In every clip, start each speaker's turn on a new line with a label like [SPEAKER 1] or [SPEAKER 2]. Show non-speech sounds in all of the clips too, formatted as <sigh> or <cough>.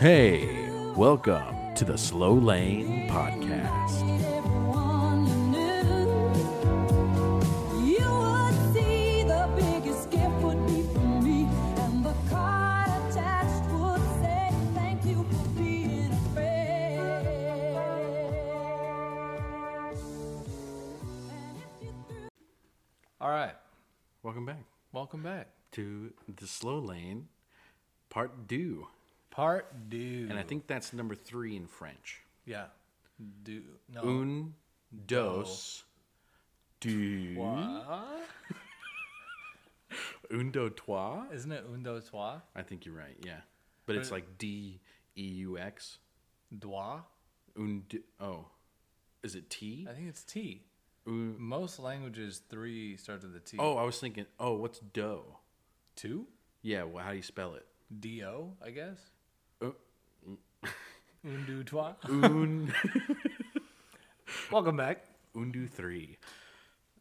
[SPEAKER 1] Hey, welcome to the Slow Lane Podcast.
[SPEAKER 2] Everyone you knew, you would see the biggest gift would be from me, and the card attached would say, "Thank you for being a friend." And if you threw
[SPEAKER 3] All right,
[SPEAKER 1] Welcome back
[SPEAKER 3] welcome back.
[SPEAKER 1] to the Slow Lane Part Deux.
[SPEAKER 3] Part do
[SPEAKER 1] And I think that's number three in French.
[SPEAKER 3] yeah, do
[SPEAKER 1] Oh.
[SPEAKER 3] no
[SPEAKER 1] Un, dos, deux.
[SPEAKER 3] What?
[SPEAKER 1] Un, deux, trois.
[SPEAKER 3] isn't it un deux trois
[SPEAKER 1] I think you're right, yeah. But it's
[SPEAKER 3] But-
[SPEAKER 1] like D E U X.
[SPEAKER 3] Dwa?
[SPEAKER 1] Un, d- oh. Is it T?
[SPEAKER 3] I think it's T.
[SPEAKER 1] Un-
[SPEAKER 3] Most languages three starts with a T.
[SPEAKER 1] oh, I was thinking, oh, what's dough?
[SPEAKER 3] two
[SPEAKER 1] Yeah, well, how do you spell it?
[SPEAKER 3] D O I guess. Uh. <laughs>
[SPEAKER 1] Oh.
[SPEAKER 3] Un deux trois.
[SPEAKER 1] Un.
[SPEAKER 3] <laughs> welcome back.
[SPEAKER 1] Undu three.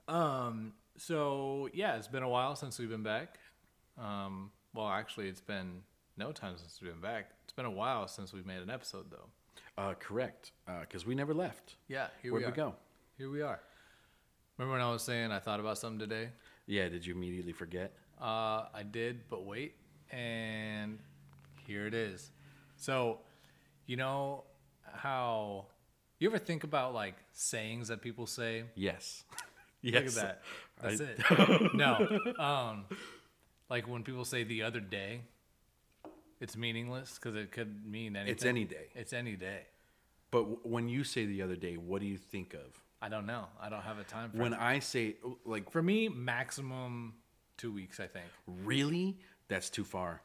[SPEAKER 3] Um. So yeah, it's been a while since we've been back. Um. Well, actually, it's been no time since we've been back. It's been a while since we've made an episode though.
[SPEAKER 1] Uh, correct, because we never left.
[SPEAKER 3] Yeah. Here
[SPEAKER 1] Where'd we,
[SPEAKER 3] we, are.
[SPEAKER 1] go?
[SPEAKER 3] Here we are. Remember when I was saying I thought about something today?
[SPEAKER 1] Yeah, did you immediately forget?
[SPEAKER 3] Uh, I did, but wait, and here it is. So, you know how you ever think about like sayings that people say?
[SPEAKER 1] <laughs> Yes.
[SPEAKER 3] Look
[SPEAKER 1] yes. <laughs>
[SPEAKER 3] at that.
[SPEAKER 1] I- <laughs>
[SPEAKER 3] That's it. no, um, like when people say the other day, it's meaningless because it could mean anything.
[SPEAKER 1] It's any day.
[SPEAKER 3] It's any day.
[SPEAKER 1] But w- when you say the other day, what do you think of?
[SPEAKER 3] I don't know. I don't have a time frame.
[SPEAKER 1] When I say like
[SPEAKER 3] For me, maximum two weeks. I think.
[SPEAKER 1] really, that's too far.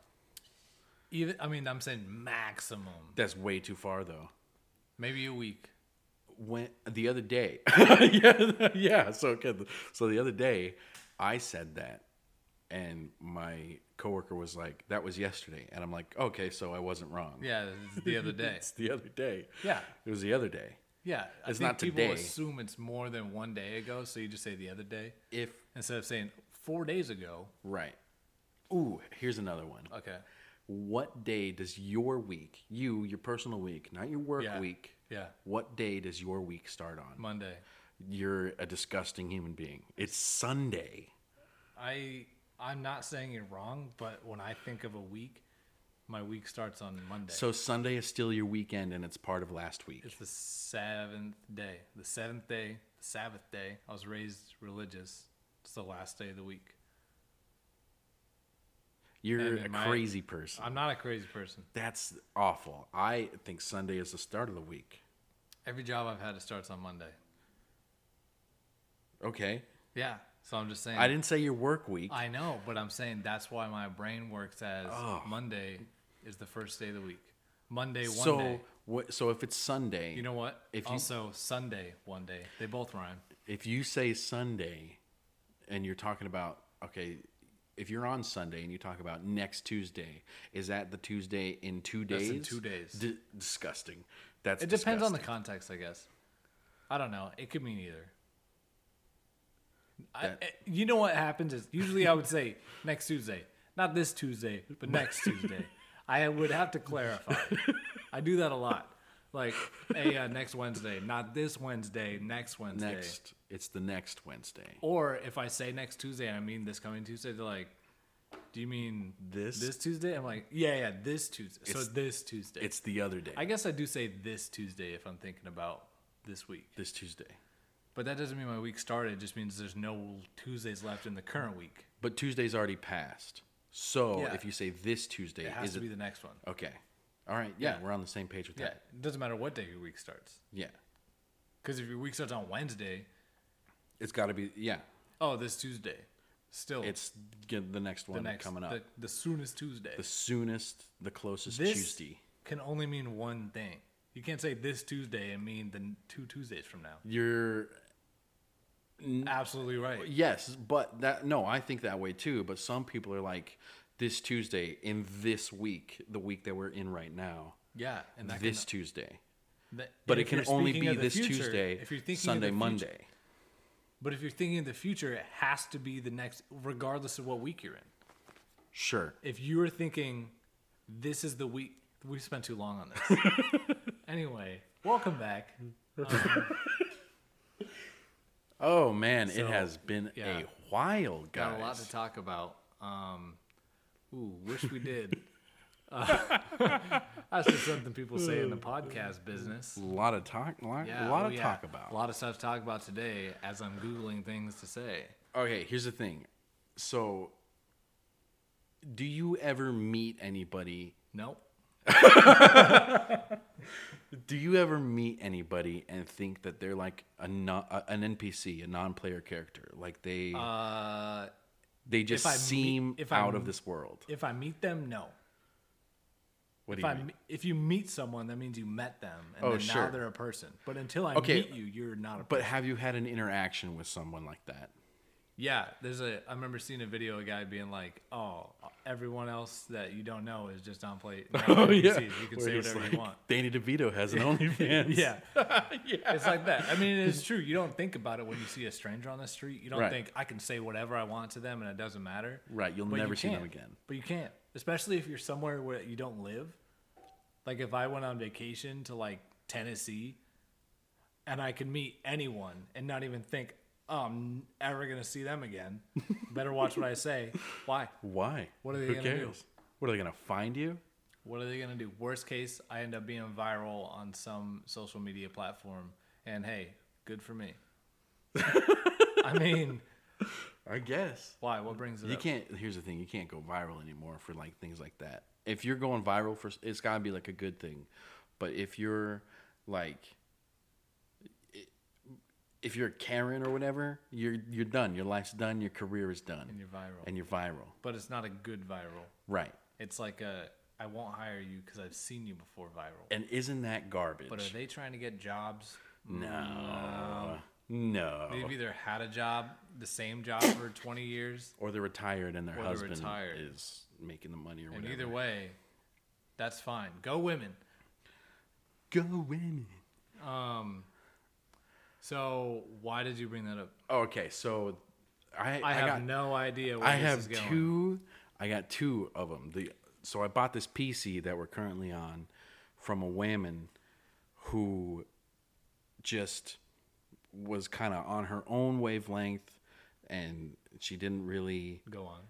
[SPEAKER 3] Even I mean, I'm saying maximum,
[SPEAKER 1] That's way too far though.
[SPEAKER 3] maybe a week.
[SPEAKER 1] When the other day, <laughs> yeah, yeah. So good. So the other day, I said that, and my coworker was like, "That was yesterday," and I'm like, "Okay, so I wasn't wrong."
[SPEAKER 3] Yeah, it's the
[SPEAKER 1] <laughs>
[SPEAKER 3] other day.
[SPEAKER 1] It's <laughs> the other day.
[SPEAKER 3] Yeah.
[SPEAKER 1] It was the other day.
[SPEAKER 3] Yeah, I
[SPEAKER 1] It's
[SPEAKER 3] think
[SPEAKER 1] not
[SPEAKER 3] people
[SPEAKER 1] today.
[SPEAKER 3] assume it's more than one day ago, so you just say the other day
[SPEAKER 1] If
[SPEAKER 3] instead of saying four days ago.
[SPEAKER 1] right. Ooh, here's another one.
[SPEAKER 3] Okay,
[SPEAKER 1] What day does your week, you, your personal week, not your work
[SPEAKER 3] Yeah.
[SPEAKER 1] week,
[SPEAKER 3] Yeah.
[SPEAKER 1] what day does your week start on?
[SPEAKER 3] Monday.
[SPEAKER 1] You're a disgusting human being. It's Sunday.
[SPEAKER 3] I I'm not saying it wrong, but when I think of a week, my week starts on Monday.
[SPEAKER 1] So Sunday is still your weekend and it's part of last week.
[SPEAKER 3] it's the seventh day, the seventh day, the Sabbath day. I was raised religious. It's the last day of the week.
[SPEAKER 1] You're
[SPEAKER 3] and
[SPEAKER 1] a
[SPEAKER 3] in my-
[SPEAKER 1] crazy person.
[SPEAKER 3] I'm not a crazy person.
[SPEAKER 1] That's awful. I think Sunday is the start of the week.
[SPEAKER 3] Every job I've had it starts on Monday.
[SPEAKER 1] Okay.
[SPEAKER 3] Yeah, so I'm just saying.
[SPEAKER 1] I didn't say your work week.
[SPEAKER 3] I know, but I'm saying that's why my brain works as
[SPEAKER 1] Oh.
[SPEAKER 3] Monday is the first day of the week. Monday, one
[SPEAKER 1] so
[SPEAKER 3] day.
[SPEAKER 1] what so if it's Sunday,
[SPEAKER 3] You know what?
[SPEAKER 1] if you-
[SPEAKER 3] also, Sunday, one day. They both rhyme.
[SPEAKER 1] if you say Sunday and you're talking about okay, if you're on Sunday and you talk about next Tuesday, is that the Tuesday in two
[SPEAKER 3] That's
[SPEAKER 1] days?
[SPEAKER 3] in two days.
[SPEAKER 1] D- disgusting. That's
[SPEAKER 3] It depends on the
[SPEAKER 1] disgusting.
[SPEAKER 3] context, I guess. I don't know. It could mean either. I,
[SPEAKER 1] That-
[SPEAKER 3] eh, you know what happens is usually I would say next Tuesday, not this Tuesday,
[SPEAKER 1] <laughs>
[SPEAKER 3] but next Tuesday. I would have to clarify. I do that a lot. Like, hey, uh, next Wednesday, not this Wednesday, next Wednesday.
[SPEAKER 1] next. It's the next Wednesday.
[SPEAKER 3] Or if I say next Tuesday, I mean this coming Tuesday. They're like, "Do you mean
[SPEAKER 1] This?
[SPEAKER 3] this Tuesday?" I'm like, "Yeah, yeah, this Tuesday." so
[SPEAKER 1] It's-
[SPEAKER 3] this Tuesday.
[SPEAKER 1] It's the other day.
[SPEAKER 3] I guess I do say this Tuesday if I'm thinking about this week.
[SPEAKER 1] this Tuesday.
[SPEAKER 3] But that doesn't mean my week started. It just means there's no Tuesdays left in the current week.
[SPEAKER 1] But Tuesday's already passed. So
[SPEAKER 3] Yeah.
[SPEAKER 1] if you say this Tuesday,
[SPEAKER 3] It has
[SPEAKER 1] is
[SPEAKER 3] to
[SPEAKER 1] it
[SPEAKER 3] be the next one.
[SPEAKER 1] okay? All right. Yeah,
[SPEAKER 3] Yeah.
[SPEAKER 1] we're on the same page with
[SPEAKER 3] Yeah,
[SPEAKER 1] that.
[SPEAKER 3] it doesn't matter what day your week starts.
[SPEAKER 1] Yeah.
[SPEAKER 3] Because if your week starts on Wednesday,
[SPEAKER 1] It's got to be. Yeah.
[SPEAKER 3] oh, this Tuesday, still
[SPEAKER 1] It's g- the next
[SPEAKER 3] Oh. the
[SPEAKER 1] one
[SPEAKER 3] next
[SPEAKER 1] coming up.
[SPEAKER 3] the, the soonest Tuesday.
[SPEAKER 1] the soonest, the closest
[SPEAKER 3] this
[SPEAKER 1] Tuesday.
[SPEAKER 3] can only mean one thing. You can't say this Tuesday and mean the n- two Tuesdays from now.
[SPEAKER 1] You're
[SPEAKER 3] Absolutely right.
[SPEAKER 1] yes, but that no, I think that way too. But some people are like this Tuesday in this week, the week that we're in right now,
[SPEAKER 3] Yeah, and that
[SPEAKER 1] this
[SPEAKER 3] can,
[SPEAKER 1] Tuesday.
[SPEAKER 3] that-
[SPEAKER 1] But
[SPEAKER 3] if
[SPEAKER 1] it can
[SPEAKER 3] you're
[SPEAKER 1] only
[SPEAKER 3] speaking
[SPEAKER 1] be
[SPEAKER 3] of the
[SPEAKER 1] this
[SPEAKER 3] future-
[SPEAKER 1] Tuesday,
[SPEAKER 3] if you're thinking of
[SPEAKER 1] Sunday,
[SPEAKER 3] the future-
[SPEAKER 1] Monday.
[SPEAKER 3] But if you're thinking of the future, it has to be the next, regardless of what week you're in.
[SPEAKER 1] Sure.
[SPEAKER 3] If you are thinking, this is the week, We spent too long on
[SPEAKER 1] <laughs>
[SPEAKER 3] this. anyway, welcome back.
[SPEAKER 1] Oh man,
[SPEAKER 3] So,
[SPEAKER 1] it has been
[SPEAKER 3] yeah.
[SPEAKER 1] a while, guys.
[SPEAKER 3] Got a lot to talk about. Um, ooh, wish
[SPEAKER 1] <laughs>
[SPEAKER 3] we did. Uh, <laughs> that's just something people say in the podcast business.
[SPEAKER 1] A lot of talk. Lot,
[SPEAKER 3] Yeah,
[SPEAKER 1] a lot
[SPEAKER 3] oh
[SPEAKER 1] of
[SPEAKER 3] yeah.
[SPEAKER 1] talk
[SPEAKER 3] A
[SPEAKER 1] about.
[SPEAKER 3] lot of stuff to talk about today as I'm googling things to say.
[SPEAKER 1] Okay, here's the thing. So, do you ever meet anybody?
[SPEAKER 3] Nope.
[SPEAKER 1] Do you ever meet anybody and think that they're like a non, a, an NPC, a non-player character? Like they
[SPEAKER 3] Uh,
[SPEAKER 1] they just
[SPEAKER 3] if I meet-
[SPEAKER 1] seem
[SPEAKER 3] if I
[SPEAKER 1] out of
[SPEAKER 3] meet-
[SPEAKER 1] this world.
[SPEAKER 3] if I meet them, no.
[SPEAKER 1] What do
[SPEAKER 3] If
[SPEAKER 1] you
[SPEAKER 3] I
[SPEAKER 1] mean?
[SPEAKER 3] me- if you meet someone, that means you met them, and
[SPEAKER 1] Oh,
[SPEAKER 3] then now
[SPEAKER 1] sure.
[SPEAKER 3] they're a person. But until I
[SPEAKER 1] Okay,
[SPEAKER 3] meet you, you're not a.
[SPEAKER 1] But
[SPEAKER 3] person.
[SPEAKER 1] have you had an interaction with someone like
[SPEAKER 3] <laughs>
[SPEAKER 1] that?
[SPEAKER 3] yeah, there's a. I remember seeing a video of a guy being like, "Oh, everyone else that you don't know is just on <laughs> play. NPCs. Oh, You can
[SPEAKER 1] Where
[SPEAKER 3] say
[SPEAKER 1] he's
[SPEAKER 3] whatever you
[SPEAKER 1] like,
[SPEAKER 3] want."
[SPEAKER 1] Danny DeVito has
[SPEAKER 3] <laughs>
[SPEAKER 1] an OnlyFans. <laughs>
[SPEAKER 3] Yeah. It's like that. I mean, it's true. You don't think about it when you see a stranger on the street. You don't
[SPEAKER 1] Right.
[SPEAKER 3] think I can say whatever I want to them and it doesn't matter.
[SPEAKER 1] Right, you'll
[SPEAKER 3] But you
[SPEAKER 1] never see them
[SPEAKER 3] can't.
[SPEAKER 1] again.
[SPEAKER 3] But you can't, especially if you're somewhere where you don't live. Like if I went on vacation to like Tennessee and I could meet anyone and not even think, oh, I'm ever going to see them
[SPEAKER 1] <laughs>
[SPEAKER 3] again. Better watch what I say. Why?
[SPEAKER 1] Why?
[SPEAKER 3] What are they
[SPEAKER 1] Who
[SPEAKER 3] gonna do?
[SPEAKER 1] cares? What are they gonna find you?
[SPEAKER 3] What are they gonna do? Worst case, I end up being viral on some social media platform, and hey, good for
[SPEAKER 1] <laughs>
[SPEAKER 3] me. I mean,
[SPEAKER 1] I guess.
[SPEAKER 3] why? What brings it
[SPEAKER 1] You
[SPEAKER 3] up?
[SPEAKER 1] can't. Here's the thing: you can't go viral anymore for like things like that. If you're going viral for, it's gotta be like a good thing. But if you're like, if you're Karen or whatever, you're you're done. Your life's done. Your career is done.
[SPEAKER 3] And you're viral.
[SPEAKER 1] And you're viral.
[SPEAKER 3] But it's not a good viral.
[SPEAKER 1] Right.
[SPEAKER 3] It's like a I won't hire you because I've seen you before viral.
[SPEAKER 1] And isn't that garbage?
[SPEAKER 3] But are they trying to get jobs?
[SPEAKER 1] no. No.
[SPEAKER 3] They've either had a job, the same job for 20 years,
[SPEAKER 1] <coughs> Or they're retired and their
[SPEAKER 3] Or they're
[SPEAKER 1] husband
[SPEAKER 3] retired.
[SPEAKER 1] is making the money or
[SPEAKER 3] and
[SPEAKER 1] whatever.
[SPEAKER 3] either way, that's fine. Go women.
[SPEAKER 1] Go women.
[SPEAKER 3] So why did you bring that up?
[SPEAKER 1] Okay, so I
[SPEAKER 3] I, have
[SPEAKER 1] got,
[SPEAKER 3] no idea where
[SPEAKER 1] I
[SPEAKER 3] this
[SPEAKER 1] have
[SPEAKER 3] is going.
[SPEAKER 1] two. I got two of them. The so I bought this PC that we're currently on from a woman who just was kind of on her own wavelength, and she didn't really
[SPEAKER 3] Go on.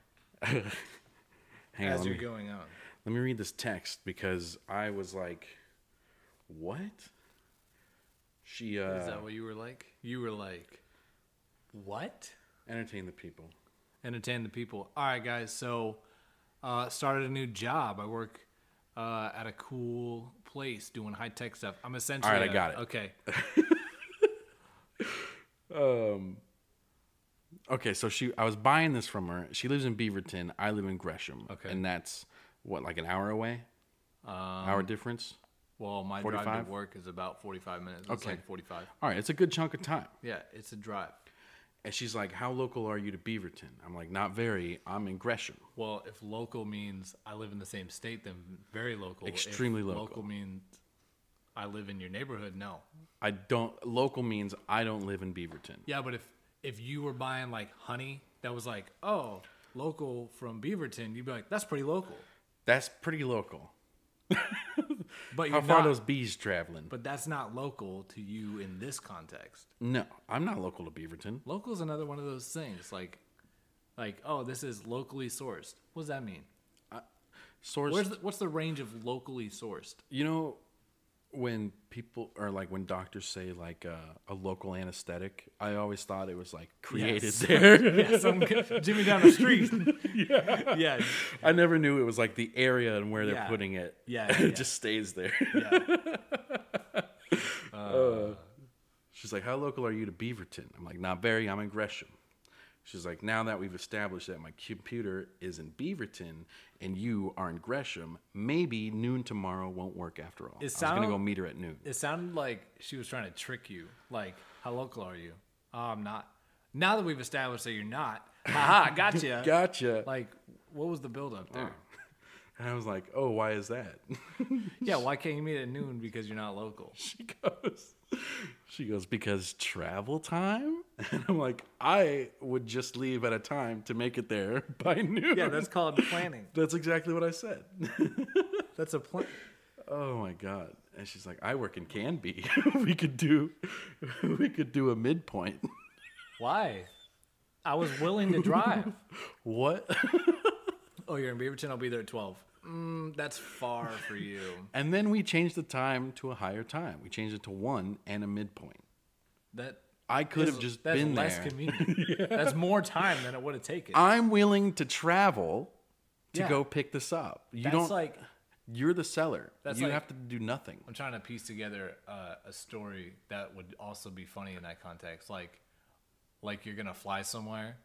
[SPEAKER 1] hang on.
[SPEAKER 3] As
[SPEAKER 1] let
[SPEAKER 3] you're
[SPEAKER 1] me-
[SPEAKER 3] going on.
[SPEAKER 1] let me read this text because I was like, "What?" She uh,
[SPEAKER 3] Is that what you were like? You were like, what?
[SPEAKER 1] entertain the people.
[SPEAKER 3] Entertain the people. All right, guys. So, uh, started a new job. I work uh, at a cool place doing high tech stuff. I'm essentially.
[SPEAKER 1] All right, I
[SPEAKER 3] a-
[SPEAKER 1] got it.
[SPEAKER 3] Okay.
[SPEAKER 1] Okay, so she I was buying this from her. She lives in Beaverton. I live in Gresham.
[SPEAKER 3] Okay. Um,
[SPEAKER 1] And that's what, like an hour away? hour difference?
[SPEAKER 3] Well, my drive
[SPEAKER 1] 45?
[SPEAKER 3] to work is about 45 minutes. It's
[SPEAKER 1] Okay.
[SPEAKER 3] like 45.
[SPEAKER 1] All right, it's a good chunk of time.
[SPEAKER 3] Yeah, it's a drive.
[SPEAKER 1] And she's like, How local are you to Beaverton? I'm like, Not very. I'm in Gresham.
[SPEAKER 3] Well, if local means I live in the same state, then very local. If
[SPEAKER 1] Extremely local.
[SPEAKER 3] Local means I live in your neighborhood. No.
[SPEAKER 1] I don't, local means I don't live in Beaverton.
[SPEAKER 3] Yeah, but if if you were buying like honey that was like, oh, local from Beaverton, you'd be like, that's pretty local.
[SPEAKER 1] That's pretty local.
[SPEAKER 3] But
[SPEAKER 1] How
[SPEAKER 3] you're
[SPEAKER 1] far
[SPEAKER 3] not,
[SPEAKER 1] are those bees traveling?
[SPEAKER 3] but that's not local to you in this context.
[SPEAKER 1] no, I'm not local to Beaverton.
[SPEAKER 3] Local is another one of those things like like, oh, this is locally sourced. What does that mean?
[SPEAKER 1] Source,
[SPEAKER 3] Where's the, what's the range of locally sourced?
[SPEAKER 1] <laughs> you know, when people or like when doctors say like uh, a local anesthetic, I always thought it was like created
[SPEAKER 3] Yes.
[SPEAKER 1] there.
[SPEAKER 3] <laughs> Yeah, some Jimmy down
[SPEAKER 1] <laughs>
[SPEAKER 3] the street. yeah. Yeah.
[SPEAKER 1] I never knew it was like the area and where they're
[SPEAKER 3] Yeah.
[SPEAKER 1] putting it. <laughs>
[SPEAKER 3] Yeah,
[SPEAKER 1] it
[SPEAKER 3] yeah, yeah.
[SPEAKER 1] just stays there. <laughs> Uh, she's like, "How local are you to Beaverton?" I'm like, "Not very. I'm in Gresham." She's like, "Now that we've established that my computer is in Beaverton and you are in Gresham, maybe noon tomorrow won't work after all." I was gonna
[SPEAKER 3] sound-
[SPEAKER 1] go meet her at noon.
[SPEAKER 3] It sounded like she was trying to trick you. Like, how local are you? Oh, I'm not. Now that we've established that you're not,
[SPEAKER 1] <laughs>
[SPEAKER 3] haha, gotcha.
[SPEAKER 1] Gotcha.
[SPEAKER 3] Like, what was the build up there?
[SPEAKER 1] and I was like, "Oh, why is that?"
[SPEAKER 3] Yeah, why can't you meet at noon because you're not local?
[SPEAKER 1] <laughs> she goes she goes because travel time <laughs> and i'm like i would just leave at a time to make it there <laughs> by noon <laughs>
[SPEAKER 3] Yeah, that's called planning.
[SPEAKER 1] that's exactly what i said
[SPEAKER 3] That's a plan.
[SPEAKER 1] <laughs> Oh my god. And she's like, I work in Canby. <laughs> we could do <laughs> we could do a midpoint. <laughs>
[SPEAKER 3] Why? I was willing to <laughs> drive.
[SPEAKER 1] what? <laughs>
[SPEAKER 3] oh, you're in Beaverton. I'll be there at twelve. Mm, that's far for you.
[SPEAKER 1] and then we changed the time to a higher time. We changed it to one and a midpoint.
[SPEAKER 3] That
[SPEAKER 1] I could have
[SPEAKER 3] is-
[SPEAKER 1] just
[SPEAKER 3] that's
[SPEAKER 1] been
[SPEAKER 3] less
[SPEAKER 1] there. <laughs>
[SPEAKER 3] convenient. That's more time than it would have taken.
[SPEAKER 1] I'm willing to travel to
[SPEAKER 3] Yeah.
[SPEAKER 1] go pick this up. You
[SPEAKER 3] that's
[SPEAKER 1] don't
[SPEAKER 3] like
[SPEAKER 1] you're the seller.
[SPEAKER 3] That's
[SPEAKER 1] you
[SPEAKER 3] like-
[SPEAKER 1] have to do nothing.
[SPEAKER 3] I'm trying to piece together uh, a story that would also be funny in that context. Like, like you're gonna fly somewhere,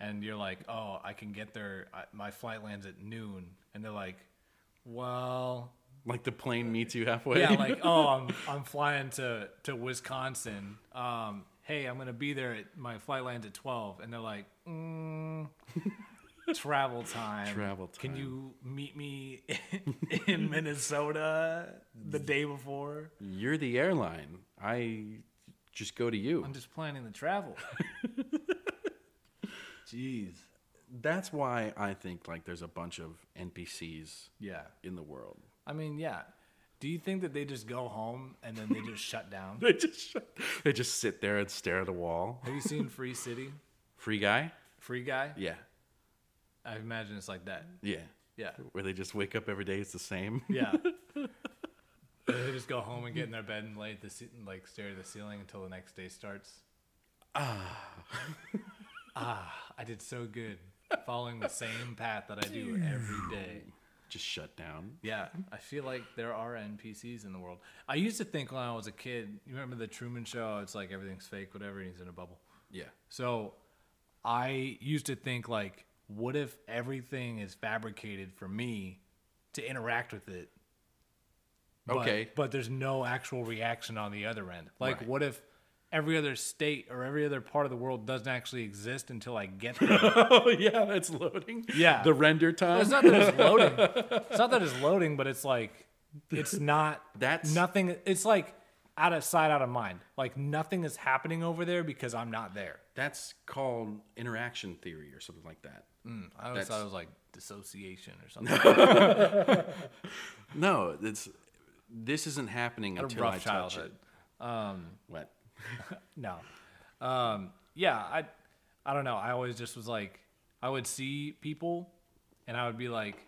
[SPEAKER 3] and you're like, "Oh, I can get there. I, my flight lands at noon," and they're like, "Well,
[SPEAKER 1] Like the plane meets you halfway. <laughs>
[SPEAKER 3] yeah, like, oh, I'm I'm flying to to Wisconsin. Um, hey, I'm gonna be there. At, my flight lands at twelve, and they're like,
[SPEAKER 1] <laughs>
[SPEAKER 3] mm, travel time.
[SPEAKER 1] Travel
[SPEAKER 3] Can
[SPEAKER 1] time.
[SPEAKER 3] you meet me <laughs> in Minnesota
[SPEAKER 1] <laughs>
[SPEAKER 3] the day before?
[SPEAKER 1] you're the airline. I just go to you.
[SPEAKER 3] I'm just planning the travel. Jeez.
[SPEAKER 1] That's why I think like there's a bunch of NPCs
[SPEAKER 3] Yeah.
[SPEAKER 1] in the world.
[SPEAKER 3] I mean, yeah. Do you think that they just go home and then they just shut down?
[SPEAKER 1] <laughs> They just shut- they just sit there and stare at a wall.
[SPEAKER 3] Have you seen Free City?
[SPEAKER 1] Free guy?
[SPEAKER 3] Free Guy?
[SPEAKER 1] Yeah.
[SPEAKER 3] I imagine it's like that.
[SPEAKER 1] Yeah.
[SPEAKER 3] Yeah.
[SPEAKER 1] Where they just wake up every day it's the same. <laughs>
[SPEAKER 3] Yeah. they just go home and get in their bed and lay at the ce- and, like stare at the ceiling until the next day starts. <laughs> Ah. ah, I did so good following the same path that I do every day.
[SPEAKER 1] Just shut down.
[SPEAKER 3] Yeah, I feel like there are NPCs in the world. I used to think when I was a kid, you remember the Truman Show? It's like everything's fake, whatever, and he's in a bubble.
[SPEAKER 1] Yeah.
[SPEAKER 3] So I used to think like, what if everything is fabricated for me to interact with it? but-
[SPEAKER 1] Okay.
[SPEAKER 3] But, there's no actual reaction on the other end. Like,
[SPEAKER 1] Right.
[SPEAKER 3] what if every other state or every other part of the world doesn't actually exist until
[SPEAKER 1] <laughs>
[SPEAKER 3] I get there?
[SPEAKER 1] <laughs> Oh yeah, that's loading.
[SPEAKER 3] Yeah.
[SPEAKER 1] The render time.
[SPEAKER 3] it's not that it's loading. It's not that it's loading, but it's like it's not.
[SPEAKER 1] <laughs> That's-
[SPEAKER 3] nothing. It's like out of sight, out of mind. Like nothing is happening over there because I'm not there.
[SPEAKER 1] That's called interaction theory or something like that.
[SPEAKER 3] I
[SPEAKER 1] That's-
[SPEAKER 3] always thought it was like dissociation
[SPEAKER 1] <laughs>
[SPEAKER 3] or something.
[SPEAKER 1] No, it's this isn't happening
[SPEAKER 3] a
[SPEAKER 1] until I
[SPEAKER 3] rough
[SPEAKER 1] touch
[SPEAKER 3] childhood.
[SPEAKER 1] it. What?
[SPEAKER 3] No. Um, yeah, I I don't know. I always just was like I would see people and I would be like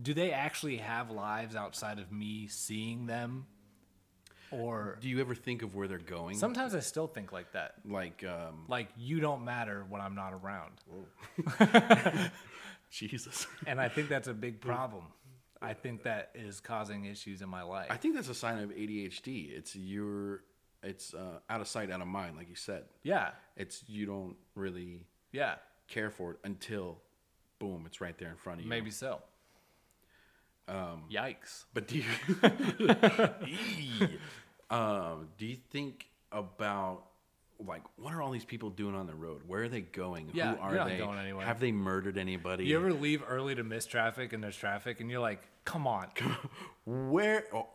[SPEAKER 3] do they actually have lives outside of me seeing them? Or
[SPEAKER 1] Do you ever think of where they're going?
[SPEAKER 3] sometimes I still think like that.
[SPEAKER 1] like um
[SPEAKER 3] Like you don't matter when I'm not around.
[SPEAKER 1] Jesus.
[SPEAKER 3] And I think that's a big problem. I think that is causing issues in my life.
[SPEAKER 1] I think that's a sign of ADHD. It's your it's uh, out of sight, out of mind, like you said.
[SPEAKER 3] yeah.
[SPEAKER 1] It's you don't really
[SPEAKER 3] Yeah.
[SPEAKER 1] care for it until boom, it's right there in front of you.
[SPEAKER 3] Maybe so. Um, Yikes.
[SPEAKER 1] But do you
[SPEAKER 3] <laughs>
[SPEAKER 1] <laughs> Eee. um, do you think about like what are all these people doing on the road? Where are they going?
[SPEAKER 3] Yeah,
[SPEAKER 1] Who are
[SPEAKER 3] you're not
[SPEAKER 1] they?
[SPEAKER 3] going anywhere.
[SPEAKER 1] Have they murdered anybody?
[SPEAKER 3] You ever leave early to miss traffic and there's traffic and you're like, come on.
[SPEAKER 1] Where? oh,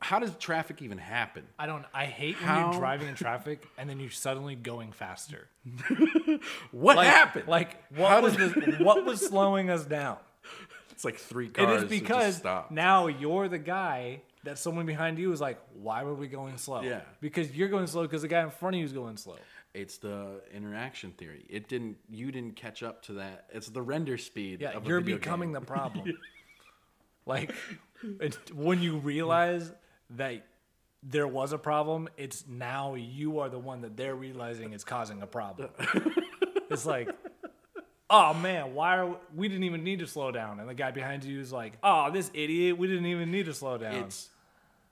[SPEAKER 1] How does traffic even happen?
[SPEAKER 3] I don't I hate when
[SPEAKER 1] How?
[SPEAKER 3] you're driving in traffic and then you're suddenly going faster.
[SPEAKER 1] What
[SPEAKER 3] Like,
[SPEAKER 1] happened?
[SPEAKER 3] Like
[SPEAKER 1] How
[SPEAKER 3] what was
[SPEAKER 1] did- <laughs>
[SPEAKER 3] the, what was slowing us down?
[SPEAKER 1] it's like three
[SPEAKER 3] It
[SPEAKER 1] cars.
[SPEAKER 3] is
[SPEAKER 1] that just
[SPEAKER 3] because
[SPEAKER 1] stopped.
[SPEAKER 3] now you're the guy that someone behind you is like, why were we going slow?
[SPEAKER 1] Yeah.
[SPEAKER 3] Because you're going slow because the guy in front of you is going slow.
[SPEAKER 1] It's the interaction theory. It didn't. You didn't catch up to that. It's the render speed.
[SPEAKER 3] Yeah,
[SPEAKER 1] of a
[SPEAKER 3] you're
[SPEAKER 1] video
[SPEAKER 3] becoming
[SPEAKER 1] <laughs> game.
[SPEAKER 3] the problem. Like it's, when you realize that there was a problem, it's now you are the one that they're realizing is causing
[SPEAKER 1] <laughs>
[SPEAKER 3] a problem. it's like, oh man, why are we, we didn't even need to slow down? And the guy behind you is like, oh, this idiot, we didn't even need to slow down.
[SPEAKER 1] It's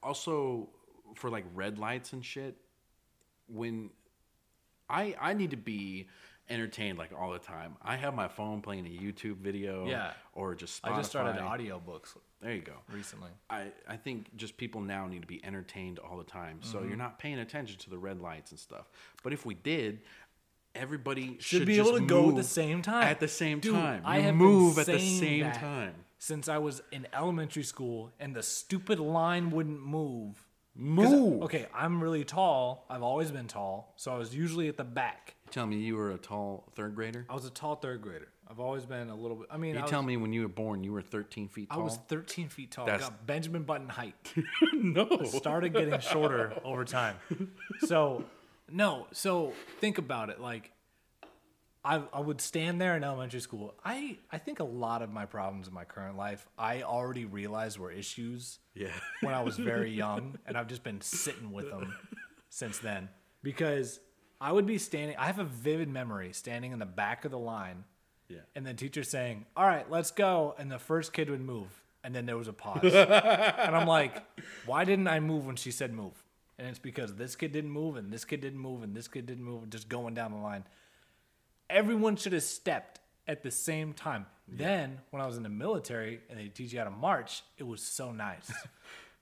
[SPEAKER 1] also for like red lights and shit. When I I need to be entertained like all the time. I have my phone playing a YouTube video.
[SPEAKER 3] Yeah.
[SPEAKER 1] Or just Spotify.
[SPEAKER 3] I just started audiobooks
[SPEAKER 1] There you go.
[SPEAKER 3] recently.
[SPEAKER 1] I, I think just people now need to be entertained all the time. So
[SPEAKER 3] Mm-hmm.
[SPEAKER 1] you're not paying attention to the red lights and stuff. But if we did, everybody should,
[SPEAKER 3] Should, be
[SPEAKER 1] just
[SPEAKER 3] able to go at the
[SPEAKER 1] move
[SPEAKER 3] same time.
[SPEAKER 1] At the same
[SPEAKER 3] Dude,
[SPEAKER 1] time.
[SPEAKER 3] I
[SPEAKER 1] You
[SPEAKER 3] have been
[SPEAKER 1] move at the
[SPEAKER 3] saying
[SPEAKER 1] same
[SPEAKER 3] that
[SPEAKER 1] time.
[SPEAKER 3] Since I was in elementary school and the stupid line wouldn't move. 'Cause,
[SPEAKER 1] Move.
[SPEAKER 3] Okay, I'm really tall. I've always been tall. So I was usually at the back.
[SPEAKER 1] Tell me you were a tall third grader?
[SPEAKER 3] I was a tall third grader. I've always been a little bit. I mean,
[SPEAKER 1] You
[SPEAKER 3] Oh, I was,
[SPEAKER 1] tell me when you were born, you were 13 feet
[SPEAKER 3] I
[SPEAKER 1] tall.
[SPEAKER 3] was 13 feet tall.
[SPEAKER 1] That's-
[SPEAKER 3] Got Benjamin Button height.
[SPEAKER 1] <laughs> no.
[SPEAKER 3] started getting shorter over time. So, no, so think about it. Like, I, I would stand there in elementary school. I, I think a lot of my problems in my current life, I already realized were issues
[SPEAKER 1] Yeah.
[SPEAKER 3] when I
[SPEAKER 1] <laughs>
[SPEAKER 3] was very young, and I've just been sitting with them since then. Because I would be standing, I have a vivid memory standing in the back of the line,
[SPEAKER 1] Yeah.
[SPEAKER 3] and the teacher saying, All right, let's go. And the first kid would move, and then there was a
[SPEAKER 1] <laughs>
[SPEAKER 3] pause. and I'm like, Why didn't I move when she said move? And it's because this kid didn't move, and this kid didn't move, and this kid didn't move, and just going down the line everyone should have stepped at the same time. Then, when I was in the military and they teach you how to march, it was so <laughs> nice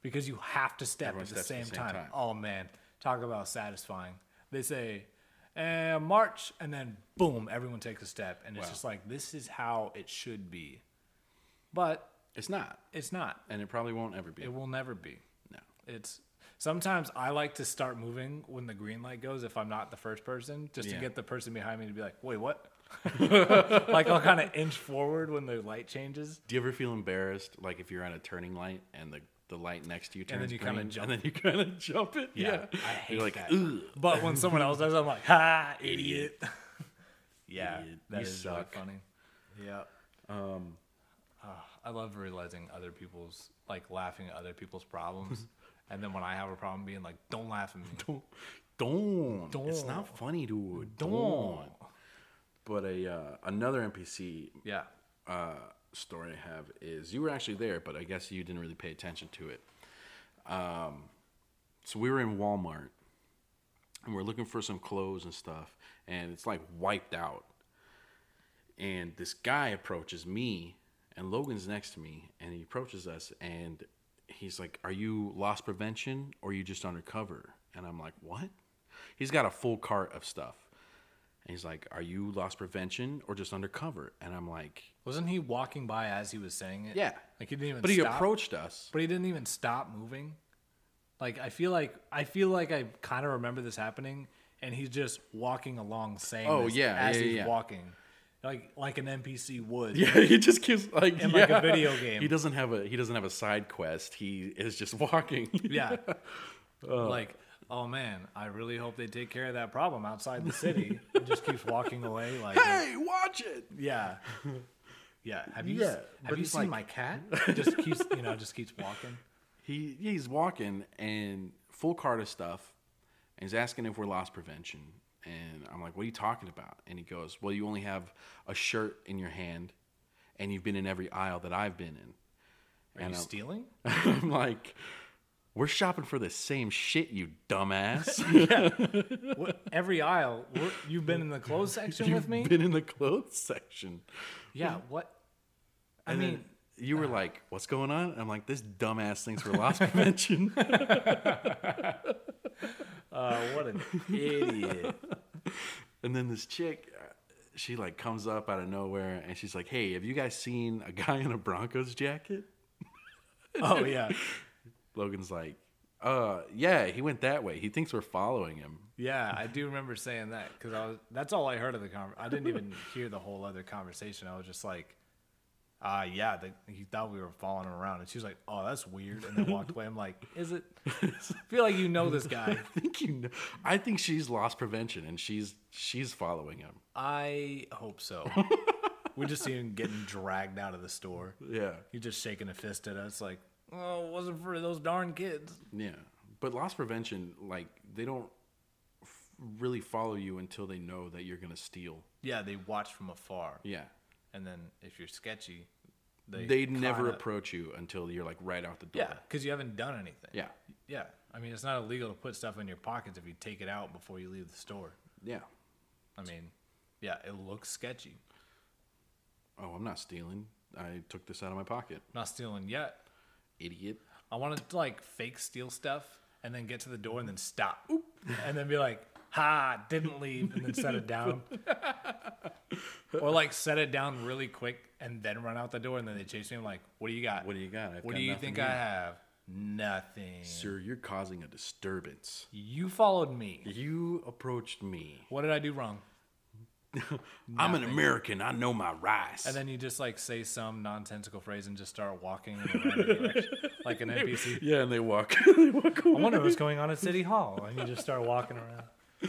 [SPEAKER 3] because you have to step
[SPEAKER 1] Everyone
[SPEAKER 3] at the
[SPEAKER 1] steps
[SPEAKER 3] same, time. Oh man, talk about satisfying. They say, eh, march, and then boom, everyone takes a step. And it's just like, this is how it should be. But
[SPEAKER 1] It's not.
[SPEAKER 3] it's not,
[SPEAKER 1] And it probably won't ever be.
[SPEAKER 3] it will never be.
[SPEAKER 1] no.
[SPEAKER 3] It's sometimes I like to start moving when the green light goes if I'm not the first person, just to
[SPEAKER 1] Yeah.
[SPEAKER 3] get the person behind me to be like, wait, what? <laughs> like I'll kind of inch forward when the light changes.
[SPEAKER 1] Do you ever feel embarrassed, like if you're on a turning light and the, the light next to you turns
[SPEAKER 3] then you kinda
[SPEAKER 1] green,
[SPEAKER 3] jump.
[SPEAKER 1] and then you kind of <laughs> jump it? Yeah,
[SPEAKER 3] I hate
[SPEAKER 1] you're like,
[SPEAKER 3] that.
[SPEAKER 1] Ugh.
[SPEAKER 3] But when someone else does, it, I'm like, ha, idiot. <laughs> yeah,
[SPEAKER 1] Idiot.
[SPEAKER 3] that
[SPEAKER 1] You
[SPEAKER 3] is really
[SPEAKER 1] suck.
[SPEAKER 3] funny. Yeah. Um, ah, I love realizing other people's like laughing at other
[SPEAKER 1] <laughs>
[SPEAKER 3] people's problems, and then when I have a problem, being like, don't laugh at me.
[SPEAKER 1] Don't, don't. It's
[SPEAKER 3] Don't.
[SPEAKER 1] not funny, dude. Don't. But a uh, another NPC
[SPEAKER 3] Yeah.
[SPEAKER 1] uh, story I have is you were actually there, but I guess you didn't really pay attention to it. Um, so we were in Walmart and we're looking for some clothes and stuff, and it's like wiped out. And this guy approaches me, and Logan's next to me, and he approaches us, and he's like, "Are you loss prevention or are you just undercover?" And I'm like, "What?" He's got a full cart of stuff. And he's like, "Are you loss prevention or just undercover?" And I'm like,
[SPEAKER 3] Wasn't he walking by as he was saying it?
[SPEAKER 1] yeah.
[SPEAKER 3] Like he didn't even.
[SPEAKER 1] But he
[SPEAKER 3] stop?
[SPEAKER 1] approached us.
[SPEAKER 3] But he didn't even stop moving. Like I feel like I feel like I kind of remember this happening, and he's just walking along saying,
[SPEAKER 1] Oh,
[SPEAKER 3] this
[SPEAKER 1] yeah,
[SPEAKER 3] as
[SPEAKER 1] yeah,
[SPEAKER 3] he's
[SPEAKER 1] yeah.
[SPEAKER 3] walking, like like an NPC
[SPEAKER 1] <laughs>
[SPEAKER 3] would."
[SPEAKER 1] Yeah, he just keeps like
[SPEAKER 3] In, like, a
[SPEAKER 1] yeah.
[SPEAKER 3] video game.
[SPEAKER 1] He doesn't have a he doesn't have a side quest. He is just <laughs> walking. <laughs>
[SPEAKER 3] Yeah. Like, oh man, I really hope they take care of that problem outside the
[SPEAKER 1] <laughs>
[SPEAKER 3] city. and just keeps walking away. Like,
[SPEAKER 1] hey, watch it.
[SPEAKER 3] yeah, yeah. Have you
[SPEAKER 1] Yeah,
[SPEAKER 3] have
[SPEAKER 1] but
[SPEAKER 3] you
[SPEAKER 1] it's
[SPEAKER 3] seen
[SPEAKER 1] like-
[SPEAKER 3] my
[SPEAKER 1] <laughs>
[SPEAKER 3] cat? Just keeps you know just keeps walking.
[SPEAKER 1] He he's walking and full cart of stuff, and he's asking if we're loss prevention. And I'm like, what are you talking about? And he goes, well, you only have a shirt in your hand, and you've been in every aisle that I've been in. <laughs>
[SPEAKER 3] Are
[SPEAKER 1] And
[SPEAKER 3] you
[SPEAKER 1] I'm-
[SPEAKER 3] stealing?
[SPEAKER 1] I'm like, we're shopping for the same shit, you dumbass.
[SPEAKER 3] What, every aisle. What, you've been in the clothes section
[SPEAKER 1] <laughs> You've
[SPEAKER 3] with me.
[SPEAKER 1] been in the clothes section.
[SPEAKER 3] Yeah, what? I
[SPEAKER 1] And
[SPEAKER 3] mean, uh,
[SPEAKER 1] then you were like, "What's going on?" And I'm like, "This dumbass thinks we're loss <laughs> prevention."
[SPEAKER 3] uh, what <laughs> an <laughs> idiot.
[SPEAKER 1] and then this chick, uh, she like comes up out of nowhere and she's like, "Hey, have you guys seen a guy in a Broncos jacket?"
[SPEAKER 3] Oh, yeah.
[SPEAKER 1] Logan's like, "Uh, yeah, he went that way. He thinks we're following him." <laughs>
[SPEAKER 3] Yeah, I do remember saying that because I was, that's all I heard of the conversation. I didn't even hear the whole other conversation. I was just like, uh, yeah, the, he thought we were following him around. And she was like, oh, that's weird. And then walked away. I'm like, is it? <laughs> I feel like you know this guy.
[SPEAKER 1] I think you know. I think she's loss prevention and she's she's following him.
[SPEAKER 3] I hope so. We just see him getting dragged out of the store.
[SPEAKER 1] Yeah,
[SPEAKER 3] He's just shaking a fist at us like, oh, it wasn't for those darn kids.
[SPEAKER 1] yeah. But loss prevention, like, they don't f- really follow you until they know that you're gonna steal.
[SPEAKER 3] Yeah, they watch from afar.
[SPEAKER 1] Yeah.
[SPEAKER 3] and then if you're sketchy, they
[SPEAKER 1] they never
[SPEAKER 3] kinda-
[SPEAKER 1] approach you until you're like right out the door.
[SPEAKER 3] Yeah, because you haven't done anything.
[SPEAKER 1] Yeah.
[SPEAKER 3] yeah. I mean, it's not illegal to put stuff in your pockets if you take it out before you leave the store.
[SPEAKER 1] Yeah.
[SPEAKER 3] I mean, yeah, it looks sketchy.
[SPEAKER 1] Oh, I'm not stealing. I took this out of my pocket.
[SPEAKER 3] Not stealing yet.
[SPEAKER 1] Idiot.
[SPEAKER 3] I want to like fake steal stuff and then get to the door and then stop, Oop. and then be like, "Ha! Didn't leave," and then set it down. or like set it down really quick and then run out the door and then they chase me. I'm like, "What do you got?
[SPEAKER 1] What do you got? I've
[SPEAKER 3] what
[SPEAKER 1] got
[SPEAKER 3] do you
[SPEAKER 1] nothing
[SPEAKER 3] think
[SPEAKER 1] here."
[SPEAKER 3] I have? Nothing."
[SPEAKER 1] Sir, you're causing a disturbance.
[SPEAKER 3] You followed me.
[SPEAKER 1] You approached me.
[SPEAKER 3] What did I do wrong?
[SPEAKER 1] I'm an American. I know my rights.
[SPEAKER 3] And then you just like say some nonsensical phrase and just start walking in the random direction, like an NPC.
[SPEAKER 1] yeah, and they
[SPEAKER 3] <laughs>
[SPEAKER 1] walk. they walk
[SPEAKER 3] I wonder what's going on at City Hall. And you just start walking around.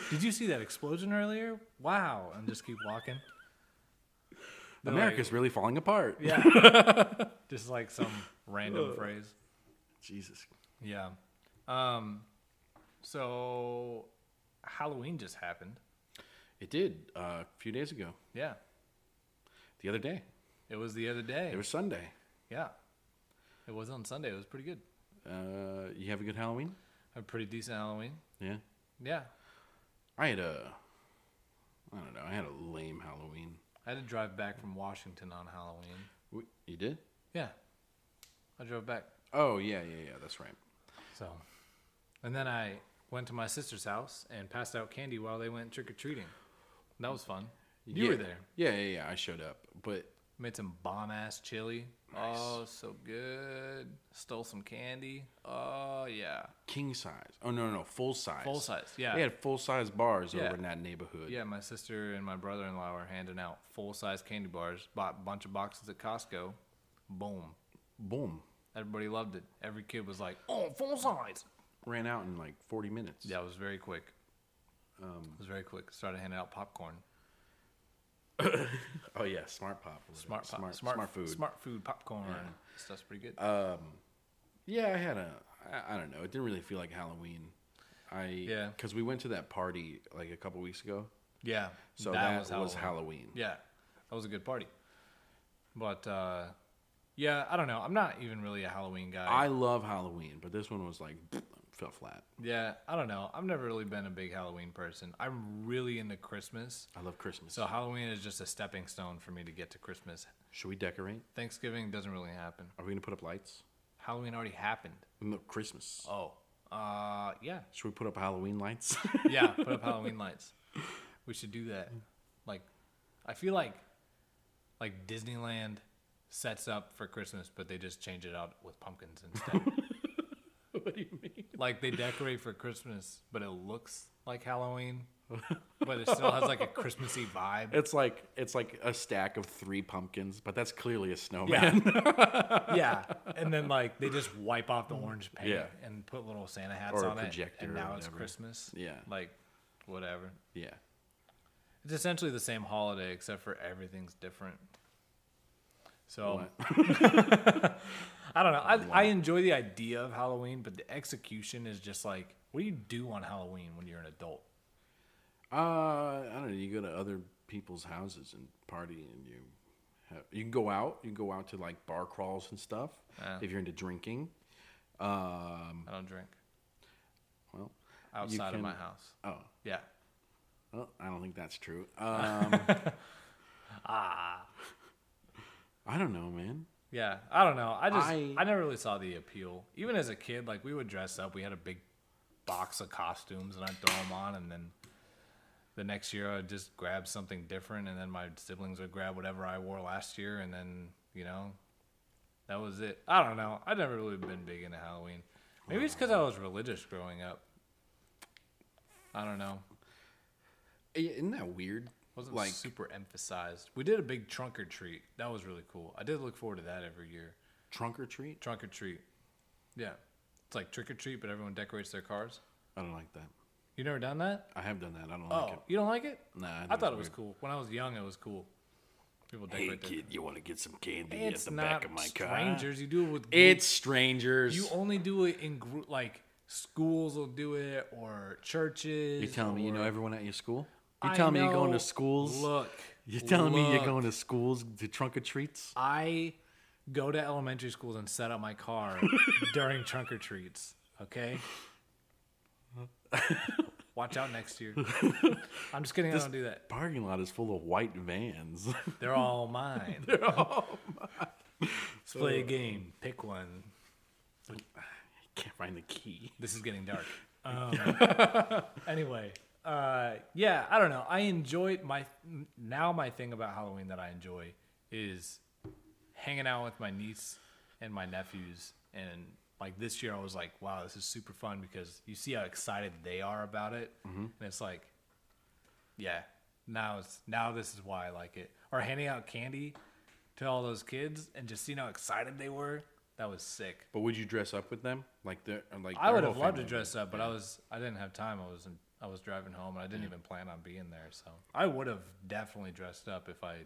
[SPEAKER 3] Did you see that explosion earlier? Wow. And just keep walking. They're
[SPEAKER 1] <laughs>
[SPEAKER 3] like-
[SPEAKER 1] America's really falling apart.
[SPEAKER 3] yeah. <laughs> just like some random phrase.
[SPEAKER 1] Jesus.
[SPEAKER 3] Yeah. Um, so Halloween just happened.
[SPEAKER 1] It did uh, a few days ago.
[SPEAKER 3] Yeah.
[SPEAKER 1] The other day.
[SPEAKER 3] It was the other day.
[SPEAKER 1] It was Sunday.
[SPEAKER 3] yeah. It was on Sunday. It was pretty good.
[SPEAKER 1] Uh, you have a good Halloween?
[SPEAKER 3] A pretty decent Halloween.
[SPEAKER 1] Yeah.
[SPEAKER 3] Yeah.
[SPEAKER 1] I had a. I don't know. I had a lame Halloween.
[SPEAKER 3] I had to drive back from Washington on Halloween.
[SPEAKER 1] Wh- You did?
[SPEAKER 3] Yeah. I drove back.
[SPEAKER 1] Oh yeah, yeah, yeah. That's right.
[SPEAKER 3] So, and then I went to my sister's house and passed out candy while they went trick or treating. That was fun. You were
[SPEAKER 1] Yeah.
[SPEAKER 3] there.
[SPEAKER 1] Yeah, yeah, yeah. I showed up, but
[SPEAKER 3] Made some bomb ass chili. Oh, so good. Stole some candy. Oh, yeah.
[SPEAKER 1] king size. Oh no, no, no, full size.
[SPEAKER 3] Full size, yeah.
[SPEAKER 1] They had full size bars
[SPEAKER 3] Yeah.
[SPEAKER 1] over in that neighborhood.
[SPEAKER 3] Yeah, my sister and my brother in law were handing out full size candy bars. Bought a bunch of boxes at Costco. Boom.
[SPEAKER 1] Boom.
[SPEAKER 3] Everybody loved it. Every kid was like, oh, full size.
[SPEAKER 1] Ran out in like 40 minutes.
[SPEAKER 3] Yeah, it was very quick. it was very quick. Started handing out popcorn.
[SPEAKER 1] Oh yeah, smart pop. or whatever.
[SPEAKER 3] Smart, pop,
[SPEAKER 1] smart, smart, food.
[SPEAKER 3] Smart food popcorn. Uh, Stuff's pretty good.
[SPEAKER 1] Yeah, I had a. I, I don't know. It didn't really feel like Halloween. I
[SPEAKER 3] Yeah.
[SPEAKER 1] Because we went to that party like a couple weeks ago.
[SPEAKER 3] yeah.
[SPEAKER 1] So that, was, Halloween.
[SPEAKER 3] Yeah, that was a good party. But uh, yeah, I don't know. I'm not even really a Halloween guy.
[SPEAKER 1] I love Halloween, but this one was like <sniffs> fell flat.
[SPEAKER 3] yeah, I don't know. I've never really been a big Halloween person. I'm really into Christmas.
[SPEAKER 1] I love Christmas.
[SPEAKER 3] So Halloween is just a stepping stone for me to get to Christmas.
[SPEAKER 1] Should we decorate?
[SPEAKER 3] Thanksgiving doesn't really happen.
[SPEAKER 1] Are we gonna put up lights?
[SPEAKER 3] Halloween already happened.
[SPEAKER 1] No, Christmas.
[SPEAKER 3] Oh. Uh, yeah.
[SPEAKER 1] Should we put up Halloween lights? <laughs>
[SPEAKER 3] Yeah, put up Halloween lights. We should do that. Like, I feel like, like Disneyland sets up for Christmas, but they just change it out with pumpkins instead.
[SPEAKER 1] <laughs> what do you mean?
[SPEAKER 3] like they decorate for Christmas, but it looks like Halloween, but it still has like a Christmassy
[SPEAKER 1] <laughs>
[SPEAKER 3] vibe.
[SPEAKER 1] It's like it's like a stack of three pumpkins, but that's clearly a snowman.
[SPEAKER 3] Yeah. yeah. And then like they just wipe off the orange paint
[SPEAKER 1] Yeah.
[SPEAKER 3] and put little Santa hats
[SPEAKER 1] Or a
[SPEAKER 3] on
[SPEAKER 1] projector
[SPEAKER 3] it.
[SPEAKER 1] or
[SPEAKER 3] And now it's
[SPEAKER 1] whatever.
[SPEAKER 3] Christmas.
[SPEAKER 1] Yeah.
[SPEAKER 3] Like whatever.
[SPEAKER 1] <laughs> Yeah.
[SPEAKER 3] It's essentially the same holiday except for everything's different. So <laughs> I don't know. I, I enjoy the idea of Halloween, but the execution is just like what do you do on Halloween when you're an adult?
[SPEAKER 1] Uh, I don't know. You go to other people's houses and party, and you have, you can go out. You can go out to like bar crawls and stuff
[SPEAKER 3] Yeah.
[SPEAKER 1] if you're into drinking. Um,
[SPEAKER 3] I don't drink
[SPEAKER 1] well, you
[SPEAKER 3] outside of
[SPEAKER 1] can-
[SPEAKER 3] my house.
[SPEAKER 1] Oh,
[SPEAKER 3] Yeah.
[SPEAKER 1] well, I don't think that's
[SPEAKER 3] <laughs>
[SPEAKER 1] true. Um,
[SPEAKER 3] Ah.
[SPEAKER 1] I don't know, man.
[SPEAKER 3] Yeah, I don't know. I just
[SPEAKER 1] I-
[SPEAKER 3] I, never really saw the appeal. Even as a kid, like we would dress up. We had a big box of costumes, and I'd throw them on, and then the next year I'd just grab something different, and then my siblings would grab whatever I wore last year, and then you know, that was it. I don't know. I'd never really been big into Halloween. Maybe it's because I was religious growing up. I don't know.
[SPEAKER 1] I- Isn't that weird?
[SPEAKER 3] Wasn't
[SPEAKER 1] like
[SPEAKER 3] super emphasized. We did a big trunk or treat. That was really cool. I did look forward to that every year.
[SPEAKER 1] trunk or treat?
[SPEAKER 3] Trunk or treat. Yeah. It's like trick or treat, but everyone decorates their cars.
[SPEAKER 1] I don't like that.
[SPEAKER 3] You never done that?
[SPEAKER 1] I have done that. I don't
[SPEAKER 3] Oh,
[SPEAKER 1] like it.
[SPEAKER 3] you don't like it?
[SPEAKER 1] Nah, I think
[SPEAKER 3] I, thought
[SPEAKER 1] it's
[SPEAKER 3] it was
[SPEAKER 1] weird.
[SPEAKER 3] cool. When I was young, it was cool. People
[SPEAKER 1] Hey
[SPEAKER 3] decorate
[SPEAKER 1] kid, you want to get some candy
[SPEAKER 3] their It's
[SPEAKER 1] at the
[SPEAKER 3] not
[SPEAKER 1] back of my car?
[SPEAKER 3] strangers. You do it with group.
[SPEAKER 1] It's strangers.
[SPEAKER 3] You only do it in group, like schools will do it or churches.
[SPEAKER 1] You telling me you know
[SPEAKER 3] or-
[SPEAKER 1] everyone at your school? You
[SPEAKER 3] I
[SPEAKER 1] telling me you're going
[SPEAKER 3] know-
[SPEAKER 1] to schools?
[SPEAKER 3] Look.
[SPEAKER 1] You telling me you're
[SPEAKER 3] look.
[SPEAKER 1] going to schools to trunk or treats?
[SPEAKER 3] I go to elementary schools and set up my <laughs> car during trunk or treats. Okay. Watch out next year. I'm just kidding. I don't do that.
[SPEAKER 1] Parking lot is full of white vans. <laughs>
[SPEAKER 3] They're all mine. <laughs> They're all mine. Let's play a game. Pick one.
[SPEAKER 1] Can't find the key.
[SPEAKER 3] This is getting dark. <laughs> Um, anyway, uh, yeah, I don't know. I enjoy my now. My thing about Halloween that I enjoy is hanging out with my niece and my nephews. And like this year, I was like, wow, this is super Mm-hmm. fun because you see how excited they are about it, and it's like, yeah, Now it's now this is why I like it. Or handing out candy to all those kids and just seeing how excited they were. That was sick.
[SPEAKER 1] But would you dress up with them? Like the uh, like
[SPEAKER 3] I
[SPEAKER 1] their
[SPEAKER 3] would
[SPEAKER 1] whole
[SPEAKER 3] have loved to
[SPEAKER 1] family?
[SPEAKER 3] dress up, but I was I didn't have time. I was in, I was driving home and I didn't even plan on being there. So I would have definitely dressed up if I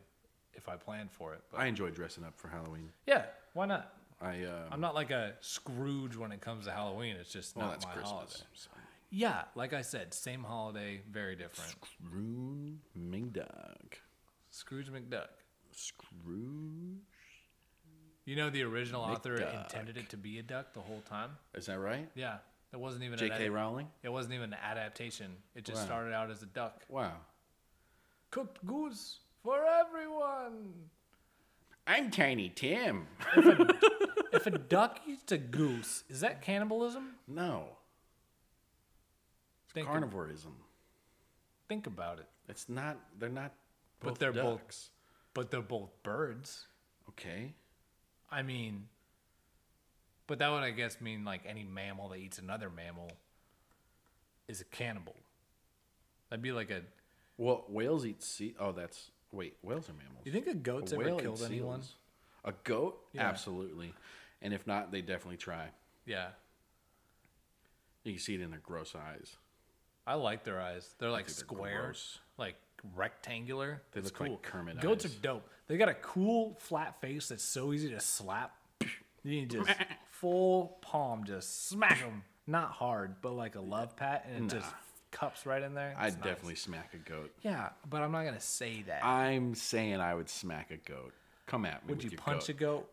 [SPEAKER 3] if I planned for it. But
[SPEAKER 1] I enjoy dressing up for Halloween.
[SPEAKER 3] yeah, why not?
[SPEAKER 1] I um,
[SPEAKER 3] I'm not like a Scrooge when it comes to Halloween. It's just
[SPEAKER 1] well,
[SPEAKER 3] not
[SPEAKER 1] that's
[SPEAKER 3] my
[SPEAKER 1] Christmas.
[SPEAKER 3] holiday.
[SPEAKER 1] so.
[SPEAKER 3] Yeah, like I said, same holiday, very different.
[SPEAKER 1] Rune McDuck.
[SPEAKER 3] Scrooge McDuck.
[SPEAKER 1] Scrooge.
[SPEAKER 3] You know the original author
[SPEAKER 1] McDuck.
[SPEAKER 3] intended it to be a duck the whole time.
[SPEAKER 1] Is that right?
[SPEAKER 3] Yeah, it wasn't even an
[SPEAKER 1] J.K.
[SPEAKER 3] adap-
[SPEAKER 1] Rowling.
[SPEAKER 3] It wasn't even an adaptation. It just
[SPEAKER 1] Wow.
[SPEAKER 3] started out as a duck.
[SPEAKER 1] Wow.
[SPEAKER 3] Cooked goose for everyone.
[SPEAKER 1] I'm Tiny Tim.
[SPEAKER 3] if a duck eats a goose, is that cannibalism?
[SPEAKER 1] No,
[SPEAKER 3] Think,
[SPEAKER 1] carnivorism.
[SPEAKER 3] think about it.
[SPEAKER 1] It's not. They're not.
[SPEAKER 3] But
[SPEAKER 1] both
[SPEAKER 3] they're both-
[SPEAKER 1] ducks.
[SPEAKER 3] But they're both birds.
[SPEAKER 1] Okay.
[SPEAKER 3] I mean, but that would, I guess, mean like any mammal that eats another mammal is a cannibal. That'd be like a.
[SPEAKER 1] Well, whales eat sea. Oh, that's wait. Whales are mammals.
[SPEAKER 3] You think a goat's
[SPEAKER 1] a
[SPEAKER 3] ever
[SPEAKER 1] whale
[SPEAKER 3] killed
[SPEAKER 1] eats
[SPEAKER 3] anyone?
[SPEAKER 1] seals. A goat?
[SPEAKER 3] Yeah.
[SPEAKER 1] Absolutely. And if not, they definitely try.
[SPEAKER 3] Yeah,
[SPEAKER 1] You can see it in their gross eyes.
[SPEAKER 3] I like their eyes. They're like
[SPEAKER 1] think they're
[SPEAKER 3] square,
[SPEAKER 1] gross.
[SPEAKER 3] like rectangular.
[SPEAKER 1] They
[SPEAKER 3] It's
[SPEAKER 1] look like Kermit
[SPEAKER 3] Goats
[SPEAKER 1] eyes.
[SPEAKER 3] are dope. They got a cool flat face that's so easy to slap. You can
[SPEAKER 1] <laughs>
[SPEAKER 3] just full palm, just smack them. Not hard, but like a love pat, and it just cups right in there.
[SPEAKER 1] I'd
[SPEAKER 3] It's nice.
[SPEAKER 1] definitely smack a goat.
[SPEAKER 3] Yeah, but I'm not gonna say that.
[SPEAKER 1] I'm saying I would smack a goat. Come at me.
[SPEAKER 3] Would
[SPEAKER 1] with
[SPEAKER 3] you
[SPEAKER 1] your
[SPEAKER 3] punch a Mm.
[SPEAKER 1] goat.
[SPEAKER 3] goat?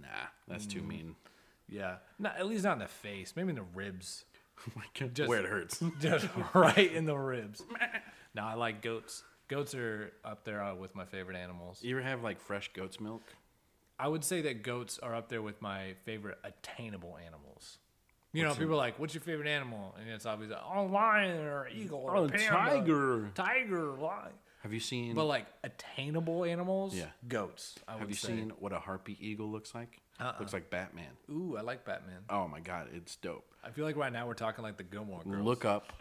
[SPEAKER 1] Nah, that's too mean.
[SPEAKER 3] Yeah, not at least not in the face. Maybe in the
[SPEAKER 1] <laughs>
[SPEAKER 3] ribs, Just-
[SPEAKER 1] Oh Where it hurts. <laughs>
[SPEAKER 3] just right in the ribs. no, I like goats. Goats are up there uh, with my favorite animals.
[SPEAKER 1] You ever have like fresh goat's milk?
[SPEAKER 3] I would say that goats are up there with my favorite attainable animals. You know, people are like, "What's your favorite animal?" And it's obviously a lion or eagle or
[SPEAKER 1] Oh,
[SPEAKER 3] a panda,
[SPEAKER 1] tiger.
[SPEAKER 3] tiger, lion.
[SPEAKER 1] Have you seen?
[SPEAKER 3] But like attainable animals,
[SPEAKER 1] Yeah.
[SPEAKER 3] goats. I
[SPEAKER 1] have
[SPEAKER 3] would
[SPEAKER 1] you
[SPEAKER 3] say. Uh-uh.
[SPEAKER 1] seen what a harpy eagle looks like? Looks like Batman.
[SPEAKER 3] Ooh, I like Batman.
[SPEAKER 1] Oh my god, it's dope.
[SPEAKER 3] I feel like right now we're talking like the Gilmore Girls.
[SPEAKER 1] Look up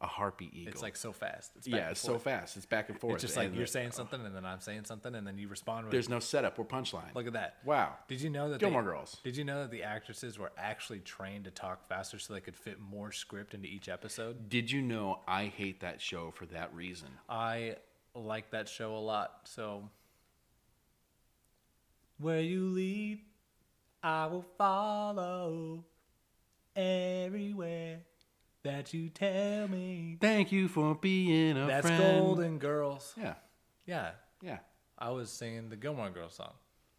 [SPEAKER 1] a harpy eagle.
[SPEAKER 3] it's like so fast. It's back
[SPEAKER 1] yeah,
[SPEAKER 3] and
[SPEAKER 1] it's
[SPEAKER 3] forth.
[SPEAKER 1] so fast. It's back and forth.
[SPEAKER 3] It's just like
[SPEAKER 1] and
[SPEAKER 3] you're
[SPEAKER 1] the-
[SPEAKER 3] saying something and then I'm saying something and then you respond with
[SPEAKER 1] There's no setup or punchline.
[SPEAKER 3] look at that.
[SPEAKER 1] Wow.
[SPEAKER 3] Did you know that
[SPEAKER 1] Gilmore
[SPEAKER 3] they-
[SPEAKER 1] Girls.
[SPEAKER 3] Did you know that the actresses were actually trained to talk faster so they could fit more script into each episode?
[SPEAKER 1] Did you know I hate that show for that reason?
[SPEAKER 3] I like that show a lot. So where you lead, I will follow everywhere that you tell me.
[SPEAKER 1] Thank you for being a
[SPEAKER 3] That's
[SPEAKER 1] friend.
[SPEAKER 3] Golden Girls.
[SPEAKER 1] Yeah,
[SPEAKER 3] Yeah.
[SPEAKER 1] yeah.
[SPEAKER 3] I was singing the Gilmore Girls song.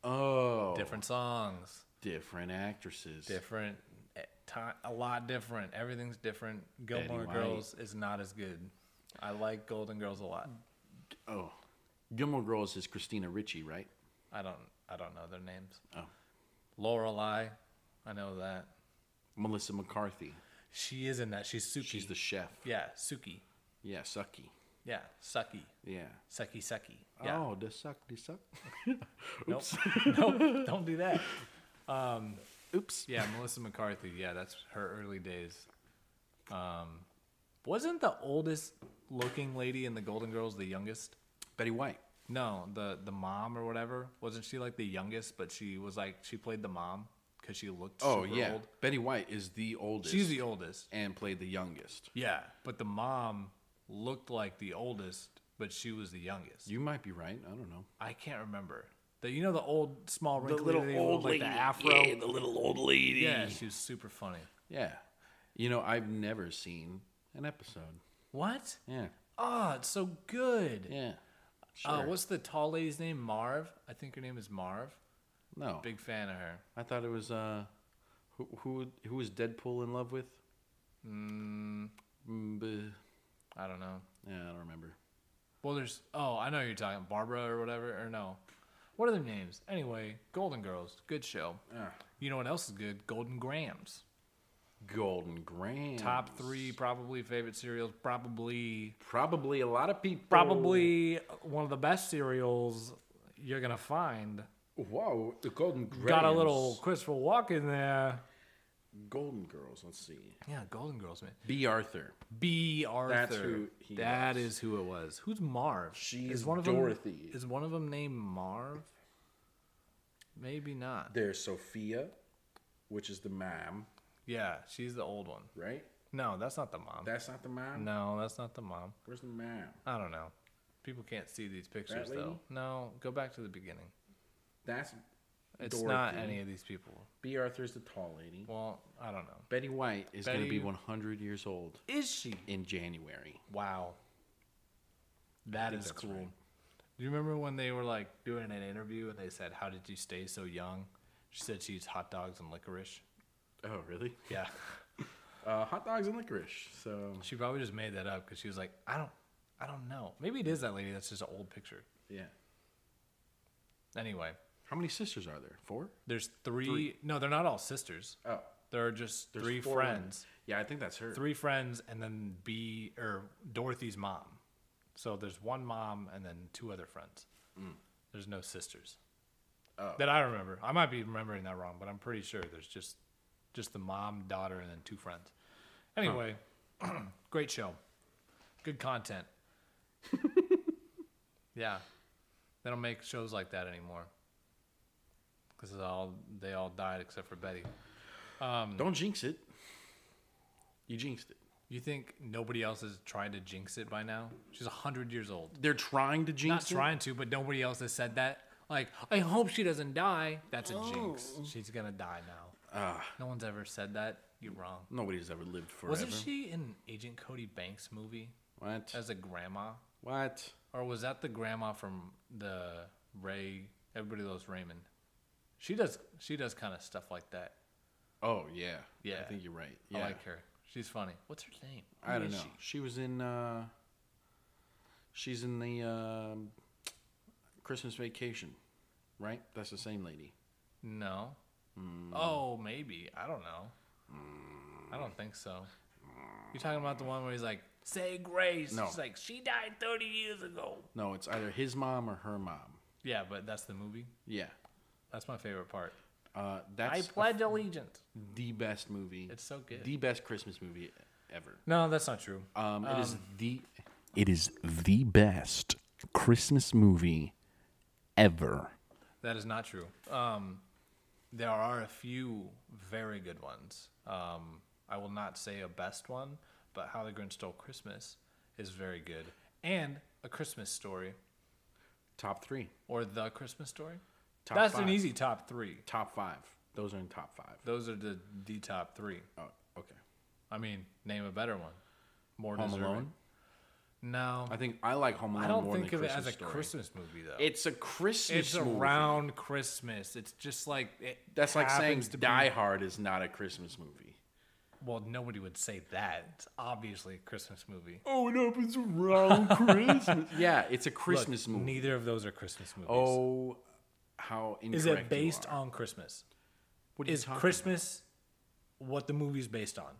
[SPEAKER 1] Oh,
[SPEAKER 3] Different songs.
[SPEAKER 1] different actresses.
[SPEAKER 3] different eh, ti- a lot different everything's different gilmore
[SPEAKER 1] White.
[SPEAKER 3] girls is not as good i like golden girls a lot
[SPEAKER 1] Oh, Gilmore Girls is Christina Ricci, right?
[SPEAKER 3] i don't i don't know their names
[SPEAKER 1] Oh.
[SPEAKER 3] lorelei i know that
[SPEAKER 1] Melissa McCarthy.
[SPEAKER 3] she is in that she's suki
[SPEAKER 1] She's the chef.
[SPEAKER 3] yeah suki
[SPEAKER 1] Yeah, sucky.
[SPEAKER 3] yeah sucky
[SPEAKER 1] Yeah.
[SPEAKER 3] sucky sucky yeah
[SPEAKER 1] Oh, the suck, the suck.
[SPEAKER 3] nope <laughs> nope don't do that
[SPEAKER 1] Oops. <laughs>
[SPEAKER 3] yeah melissa mccarthy yeah that's her early days um wasn't the oldest looking lady in the golden girls the youngest
[SPEAKER 1] Betty White.
[SPEAKER 3] No, the the mom or whatever wasn't she like the youngest? But she was like she played the mom because she looked
[SPEAKER 1] Oh
[SPEAKER 3] super
[SPEAKER 1] yeah,
[SPEAKER 3] old.
[SPEAKER 1] Betty White is the oldest.
[SPEAKER 3] She's the oldest.
[SPEAKER 1] and played the youngest.
[SPEAKER 3] Yeah, but the mom looked like the oldest, but she was the youngest.
[SPEAKER 1] You might be right. I don't know.
[SPEAKER 3] I can't remember. The you know the old small
[SPEAKER 1] The
[SPEAKER 3] wrinkly
[SPEAKER 1] little
[SPEAKER 3] lady with,
[SPEAKER 1] old
[SPEAKER 3] like
[SPEAKER 1] lady.
[SPEAKER 3] the afro.
[SPEAKER 1] Yeah, the little old lady.
[SPEAKER 3] Yeah, she was super funny.
[SPEAKER 1] Yeah. You know, I've never seen an episode.
[SPEAKER 3] What?
[SPEAKER 1] Yeah.
[SPEAKER 3] Oh, it's so good.
[SPEAKER 1] Yeah.
[SPEAKER 3] Uh,
[SPEAKER 1] Sure.
[SPEAKER 3] what's the tall lady's name? Marv. I think her name is Marv.
[SPEAKER 1] no.
[SPEAKER 3] Big fan of her.
[SPEAKER 1] I thought it was uh who who who was Deadpool in love with? Mm, bleh.
[SPEAKER 3] I don't know.
[SPEAKER 1] yeah, I don't remember.
[SPEAKER 3] Well, there's oh, I know who you're talking Barbara or whatever or no, what are their names? Anyway, Golden Girls, good show. You know what else is good? Golden Grams.
[SPEAKER 1] Golden Grand.
[SPEAKER 3] Top three probably favorite cereals. Probably
[SPEAKER 1] Oh. Probably a lot of people.
[SPEAKER 3] probably one of the best cereals you're gonna find.
[SPEAKER 1] Whoa, the Golden Grand.
[SPEAKER 3] Got a little Christopher Walken there.
[SPEAKER 1] Golden Girls. Let's see.
[SPEAKER 3] Yeah, Golden Girls, man.
[SPEAKER 1] B. Arthur.
[SPEAKER 3] B. Arthur. That is
[SPEAKER 1] who
[SPEAKER 3] who
[SPEAKER 1] he was.
[SPEAKER 3] it was. Who's Marv?
[SPEAKER 1] She's
[SPEAKER 3] them-
[SPEAKER 1] Dorothy.
[SPEAKER 3] is one of them named Marv? Maybe not.
[SPEAKER 1] There's Sophia, which is the mom,
[SPEAKER 3] Yeah, she's the old one.
[SPEAKER 1] right?
[SPEAKER 3] No, that's not the mom.
[SPEAKER 1] That's not the mom.
[SPEAKER 3] no, that's not the mom.
[SPEAKER 1] Where's the mom?
[SPEAKER 3] I don't know. People can't see these pictures
[SPEAKER 1] That
[SPEAKER 3] though.
[SPEAKER 1] lady?
[SPEAKER 3] No, go back to the beginning.
[SPEAKER 1] That's
[SPEAKER 3] It's
[SPEAKER 1] Dorothy.
[SPEAKER 3] not any of these people.
[SPEAKER 1] B. Arthur's the tall lady.
[SPEAKER 3] Well, I don't know.
[SPEAKER 1] Betty White is going to be
[SPEAKER 3] Betty-
[SPEAKER 1] 100 years old
[SPEAKER 3] Is she?
[SPEAKER 1] in January.
[SPEAKER 3] Wow. That is
[SPEAKER 1] that's
[SPEAKER 3] cool.
[SPEAKER 1] right.
[SPEAKER 3] Do you remember when they were like doing an interview and they said, "How did you stay so young?" She said she eats hot dogs and licorice.
[SPEAKER 1] Oh, really?
[SPEAKER 3] <laughs> Yeah.
[SPEAKER 1] Uh, hot dogs and licorice. So
[SPEAKER 3] she probably just made that up because she was like, "I don't, I don't know. Maybe it is that lady. That's just an old picture."
[SPEAKER 1] yeah.
[SPEAKER 3] Anyway,
[SPEAKER 1] How many sisters are there? Four.
[SPEAKER 3] there's three. No, they're not all sisters.
[SPEAKER 1] Oh,
[SPEAKER 3] There are just
[SPEAKER 1] there's
[SPEAKER 3] three
[SPEAKER 1] four
[SPEAKER 3] friends.
[SPEAKER 1] women. Yeah, I think that's her.
[SPEAKER 3] Three friends, and then B or Dorothy's mom. So there's one mom and then two other friends. There's no sisters.
[SPEAKER 1] Oh.
[SPEAKER 3] That I remember. I might be remembering that wrong, but I'm pretty sure there's just just the mom, daughter, and then two friends. Anyway, <clears throat> great show. Good content. yeah. They don't make shows like that anymore. Because all they all died except for Betty.
[SPEAKER 1] Don't jinx it. You jinxed it.
[SPEAKER 3] You think nobody else has tried to jinx it by now? She's 100 years old.
[SPEAKER 1] They're trying to
[SPEAKER 3] Not
[SPEAKER 1] jinx it.
[SPEAKER 3] trying to, but nobody else has said that. Like, I hope she doesn't die. That's a jinx. She's going to die now.
[SPEAKER 1] Ah.
[SPEAKER 3] no one's ever said that. You're wrong.
[SPEAKER 1] Nobody's ever lived forever.
[SPEAKER 3] Wasn't she in Agent Cody Banks movie
[SPEAKER 1] What?
[SPEAKER 3] as a grandma?
[SPEAKER 1] What?
[SPEAKER 3] Or was that the grandma from the Ray Everybody Loves Raymond? She does she does kind of stuff like that.
[SPEAKER 1] Oh yeah. I
[SPEAKER 3] Yeah.
[SPEAKER 1] think you're right. Yeah.
[SPEAKER 3] I like her. She's funny. What's her name?
[SPEAKER 1] I
[SPEAKER 3] Who
[SPEAKER 1] don't
[SPEAKER 3] is
[SPEAKER 1] know.
[SPEAKER 3] she?
[SPEAKER 1] She was in. uh She's in the um Christmas Vacation, right? That's the same lady.
[SPEAKER 3] No.
[SPEAKER 1] Hmm.
[SPEAKER 3] Oh, maybe. I don't know. I don't think so. You're talking about the one where he's like, "Say grace."
[SPEAKER 1] Hmm. No.
[SPEAKER 3] She's like, "She died 30 years ago."
[SPEAKER 1] No, it's either his mom or her mom.
[SPEAKER 3] Yeah, but that's the movie.
[SPEAKER 1] Yeah.
[SPEAKER 3] That's my favorite part.
[SPEAKER 1] Uh, that's
[SPEAKER 3] I pledge allegiance.
[SPEAKER 1] the best movie.
[SPEAKER 3] It's so good.
[SPEAKER 1] The best Christmas movie ever.
[SPEAKER 3] No, that's not true.
[SPEAKER 1] Um, it is the it is the best Christmas movie ever.
[SPEAKER 3] That is not true. Um, there are a few very good ones. Um, I will not say a best one, but How the Grinch Stole Christmas is very good, and A Christmas Story
[SPEAKER 1] Top three,
[SPEAKER 3] or The Christmas Story.
[SPEAKER 1] Top
[SPEAKER 3] That's
[SPEAKER 1] five.
[SPEAKER 3] an easy top three.
[SPEAKER 1] top five. Those are in top five.
[SPEAKER 3] Those are the the top three.
[SPEAKER 1] Oh, okay.
[SPEAKER 3] I mean, name a better one. More
[SPEAKER 1] Home
[SPEAKER 3] deserving.
[SPEAKER 1] Alone.
[SPEAKER 3] No,
[SPEAKER 1] I think I like Home Alone
[SPEAKER 3] I don't
[SPEAKER 1] more
[SPEAKER 3] think
[SPEAKER 1] than
[SPEAKER 3] of it
[SPEAKER 1] Christmas
[SPEAKER 3] as a
[SPEAKER 1] Story.
[SPEAKER 3] Christmas movie though.
[SPEAKER 1] It's a Christmas.
[SPEAKER 3] it's
[SPEAKER 1] movie.
[SPEAKER 3] around Christmas. It's just like it
[SPEAKER 1] That's like saying
[SPEAKER 3] happens to be-
[SPEAKER 1] Die Hard is not a Christmas movie.
[SPEAKER 3] Well, nobody would say that. It's obviously a Christmas movie.
[SPEAKER 1] Oh, it happens <laughs> around Christmas. yeah, it's a
[SPEAKER 3] Look,
[SPEAKER 1] Christmas movie.
[SPEAKER 3] Neither of those are Christmas movies.
[SPEAKER 1] Oh, how incorrect
[SPEAKER 3] is it based
[SPEAKER 1] you are.
[SPEAKER 3] on Christmas?
[SPEAKER 1] What are you
[SPEAKER 3] Is
[SPEAKER 1] talking
[SPEAKER 3] Christmas what the movie's based on?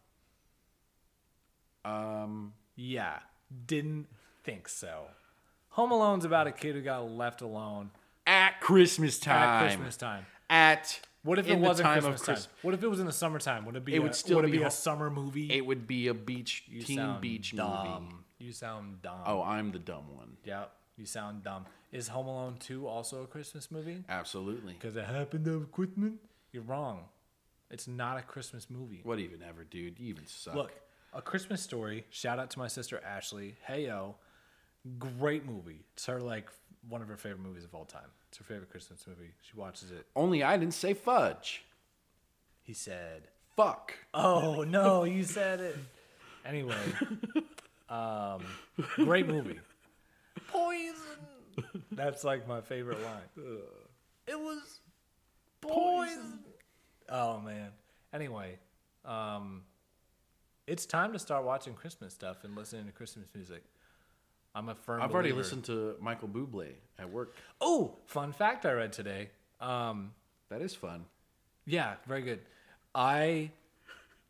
[SPEAKER 1] Um,
[SPEAKER 3] Yeah, didn't think so. Home Alone's about a kid who got left alone
[SPEAKER 1] at Christmas time.
[SPEAKER 3] at Christmas time.
[SPEAKER 1] At
[SPEAKER 3] What if it
[SPEAKER 1] in the
[SPEAKER 3] wasn't
[SPEAKER 1] time of
[SPEAKER 3] Christmas time?
[SPEAKER 1] Christ-
[SPEAKER 3] What if it was in the summertime? Would it be?
[SPEAKER 1] It
[SPEAKER 3] a,
[SPEAKER 1] would still
[SPEAKER 3] would it
[SPEAKER 1] be
[SPEAKER 3] be,
[SPEAKER 1] ho-
[SPEAKER 3] a summer movie.
[SPEAKER 1] It would be a beach
[SPEAKER 3] You
[SPEAKER 1] teen
[SPEAKER 3] sound
[SPEAKER 1] beach movie.
[SPEAKER 3] dumb. You sound dumb.
[SPEAKER 1] Oh, I'm the dumb one.
[SPEAKER 3] yeah, you sound dumb. Is Home Alone two also a Christmas movie?
[SPEAKER 1] Absolutely.
[SPEAKER 3] Because it happened over Christmas. You're wrong. It's not a Christmas movie.
[SPEAKER 1] What even ever, dude? You even suck.
[SPEAKER 3] Look, A Christmas Story. Shout out to my sister Ashley. Hey yo, great movie. It's her like one of her favorite movies of all time. It's her favorite Christmas movie. She watches it.
[SPEAKER 1] only I didn't say fudge.
[SPEAKER 3] He said.
[SPEAKER 1] Fuck.
[SPEAKER 3] <laughs> Oh no, you said it. Anyway, <laughs> um, great movie. Poison. That's like my favorite line. It was poison. Oh man. Anyway, um, it's time to start watching Christmas stuff and listening to Christmas music. I'm a firm.
[SPEAKER 1] I've already
[SPEAKER 3] believer-
[SPEAKER 1] listened to Michael Bublé at work.
[SPEAKER 3] Oh, fun fact I read today. Um,
[SPEAKER 1] That is fun.
[SPEAKER 3] yeah, very good. I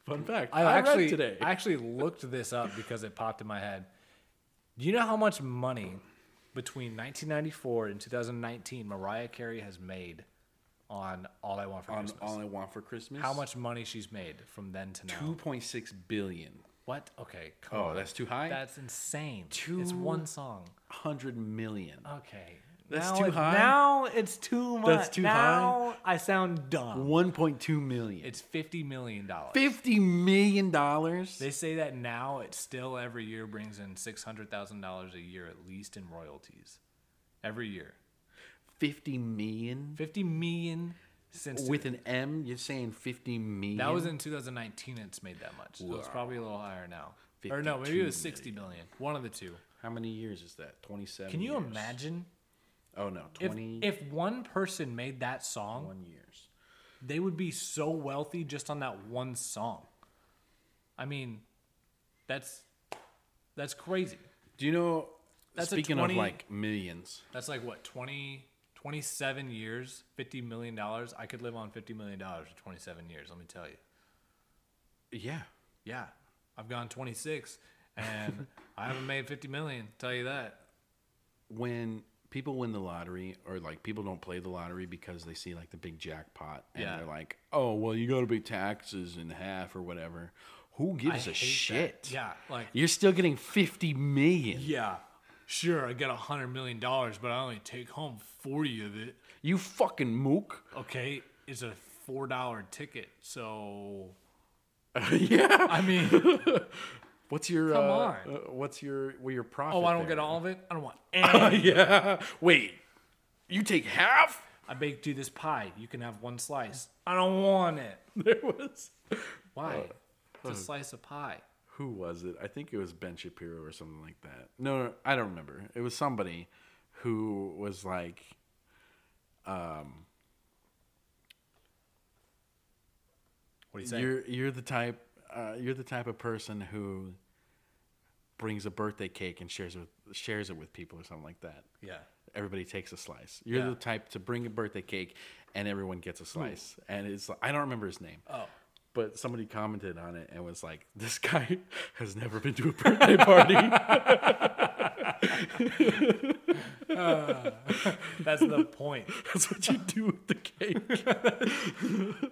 [SPEAKER 1] Fun fact.
[SPEAKER 3] I,
[SPEAKER 1] I,
[SPEAKER 3] actually
[SPEAKER 1] read today.
[SPEAKER 3] I actually looked this up because it popped in my head. Do you know how much money between 1994 and 2019 Mariah Carey has made on All I Want for
[SPEAKER 1] on
[SPEAKER 3] Christmas.
[SPEAKER 1] all I want for Christmas.
[SPEAKER 3] How much money she's made from then to now?
[SPEAKER 1] Two point six billion.
[SPEAKER 3] What? Okay, come
[SPEAKER 1] Oh,
[SPEAKER 3] on.
[SPEAKER 1] that's too high.
[SPEAKER 3] That's insane. It's one song.
[SPEAKER 1] hundred million.
[SPEAKER 3] Okay.
[SPEAKER 1] That's
[SPEAKER 3] Now
[SPEAKER 1] too
[SPEAKER 3] it-
[SPEAKER 1] high?
[SPEAKER 3] Now it's too much.
[SPEAKER 1] That's too
[SPEAKER 3] now I sound dumb.
[SPEAKER 1] One point two million.
[SPEAKER 3] It's fifty million dollars.
[SPEAKER 1] fifty million dollars.
[SPEAKER 3] They say that now it still every year brings in six hundred thousand dollars a year at least in royalties. Every year.
[SPEAKER 1] Fifty million
[SPEAKER 3] Fifty million since
[SPEAKER 1] with an M. You're saying fifty million.
[SPEAKER 3] that was in 2019 it's made that much. So it's probably a little higher now. Or no, maybe it was 60 million. One of the two.
[SPEAKER 1] how many years is that? Twenty seven.
[SPEAKER 3] Can you imagine
[SPEAKER 1] Oh no,
[SPEAKER 3] if,
[SPEAKER 1] twenty one
[SPEAKER 3] if one person made that song,
[SPEAKER 1] years.
[SPEAKER 3] they would be so wealthy just on that one song. I mean, that's that's crazy.
[SPEAKER 1] Do you know?
[SPEAKER 3] That's a
[SPEAKER 1] speaking
[SPEAKER 3] 20
[SPEAKER 1] of like millions,
[SPEAKER 3] That's like what 20 27 years, 50 million dollars. I could live on 50 million dollars for 27 years, let me tell you.
[SPEAKER 1] yeah.
[SPEAKER 3] Yeah. I've gone 26 and I haven't made 50 million, tell you that.
[SPEAKER 1] When people win the lottery, or like people don't play the lottery because they see like the big jackpot, and
[SPEAKER 3] Yeah.
[SPEAKER 1] they're like, "Oh, well, you got to pay taxes in half or whatever." Who gives a
[SPEAKER 3] hate that.
[SPEAKER 1] shit?
[SPEAKER 3] Yeah, like-
[SPEAKER 1] you're still getting fifty million.
[SPEAKER 3] Yeah. Sure, I got 100 million dollars, but I only take home 40 of it.
[SPEAKER 1] You fucking
[SPEAKER 3] <laughs>
[SPEAKER 1] mook.
[SPEAKER 3] Okay, it's a $4 ticket. So,
[SPEAKER 1] yeah.
[SPEAKER 3] I mean,
[SPEAKER 1] <laughs> What's your
[SPEAKER 3] Come
[SPEAKER 1] uh,
[SPEAKER 3] on.
[SPEAKER 1] uh, what's your well, your profit?
[SPEAKER 3] <laughs> oh, I don't
[SPEAKER 1] there?
[SPEAKER 3] get all of it. I don't want any.
[SPEAKER 1] yeah. <laughs> Wait. You take half?
[SPEAKER 3] I baked you this pie. You can have one slice. I don't want it. <laughs>
[SPEAKER 1] There was
[SPEAKER 3] Why?
[SPEAKER 1] Uh,
[SPEAKER 3] it's
[SPEAKER 1] hmm.
[SPEAKER 3] a slice of pie.
[SPEAKER 1] Who was it? I think it was Ben Shapiro or something like that. No, no I don't remember. It was somebody who was like um
[SPEAKER 3] What do
[SPEAKER 1] you're you're the type uh, you're the type of person who brings a birthday cake and shares it with shares it with people or something like that.
[SPEAKER 3] Yeah.
[SPEAKER 1] everybody takes a slice. You're
[SPEAKER 3] Yeah. Hmm.
[SPEAKER 1] the type to bring a birthday cake and everyone gets a slice. And it's I don't remember his name.
[SPEAKER 3] Oh.
[SPEAKER 1] But somebody commented on it and was like, "This guy <laughs> has never been to a birthday
[SPEAKER 3] <laughs>
[SPEAKER 1] party." <laughs>
[SPEAKER 3] That's the point.
[SPEAKER 1] That's what you do with the cake.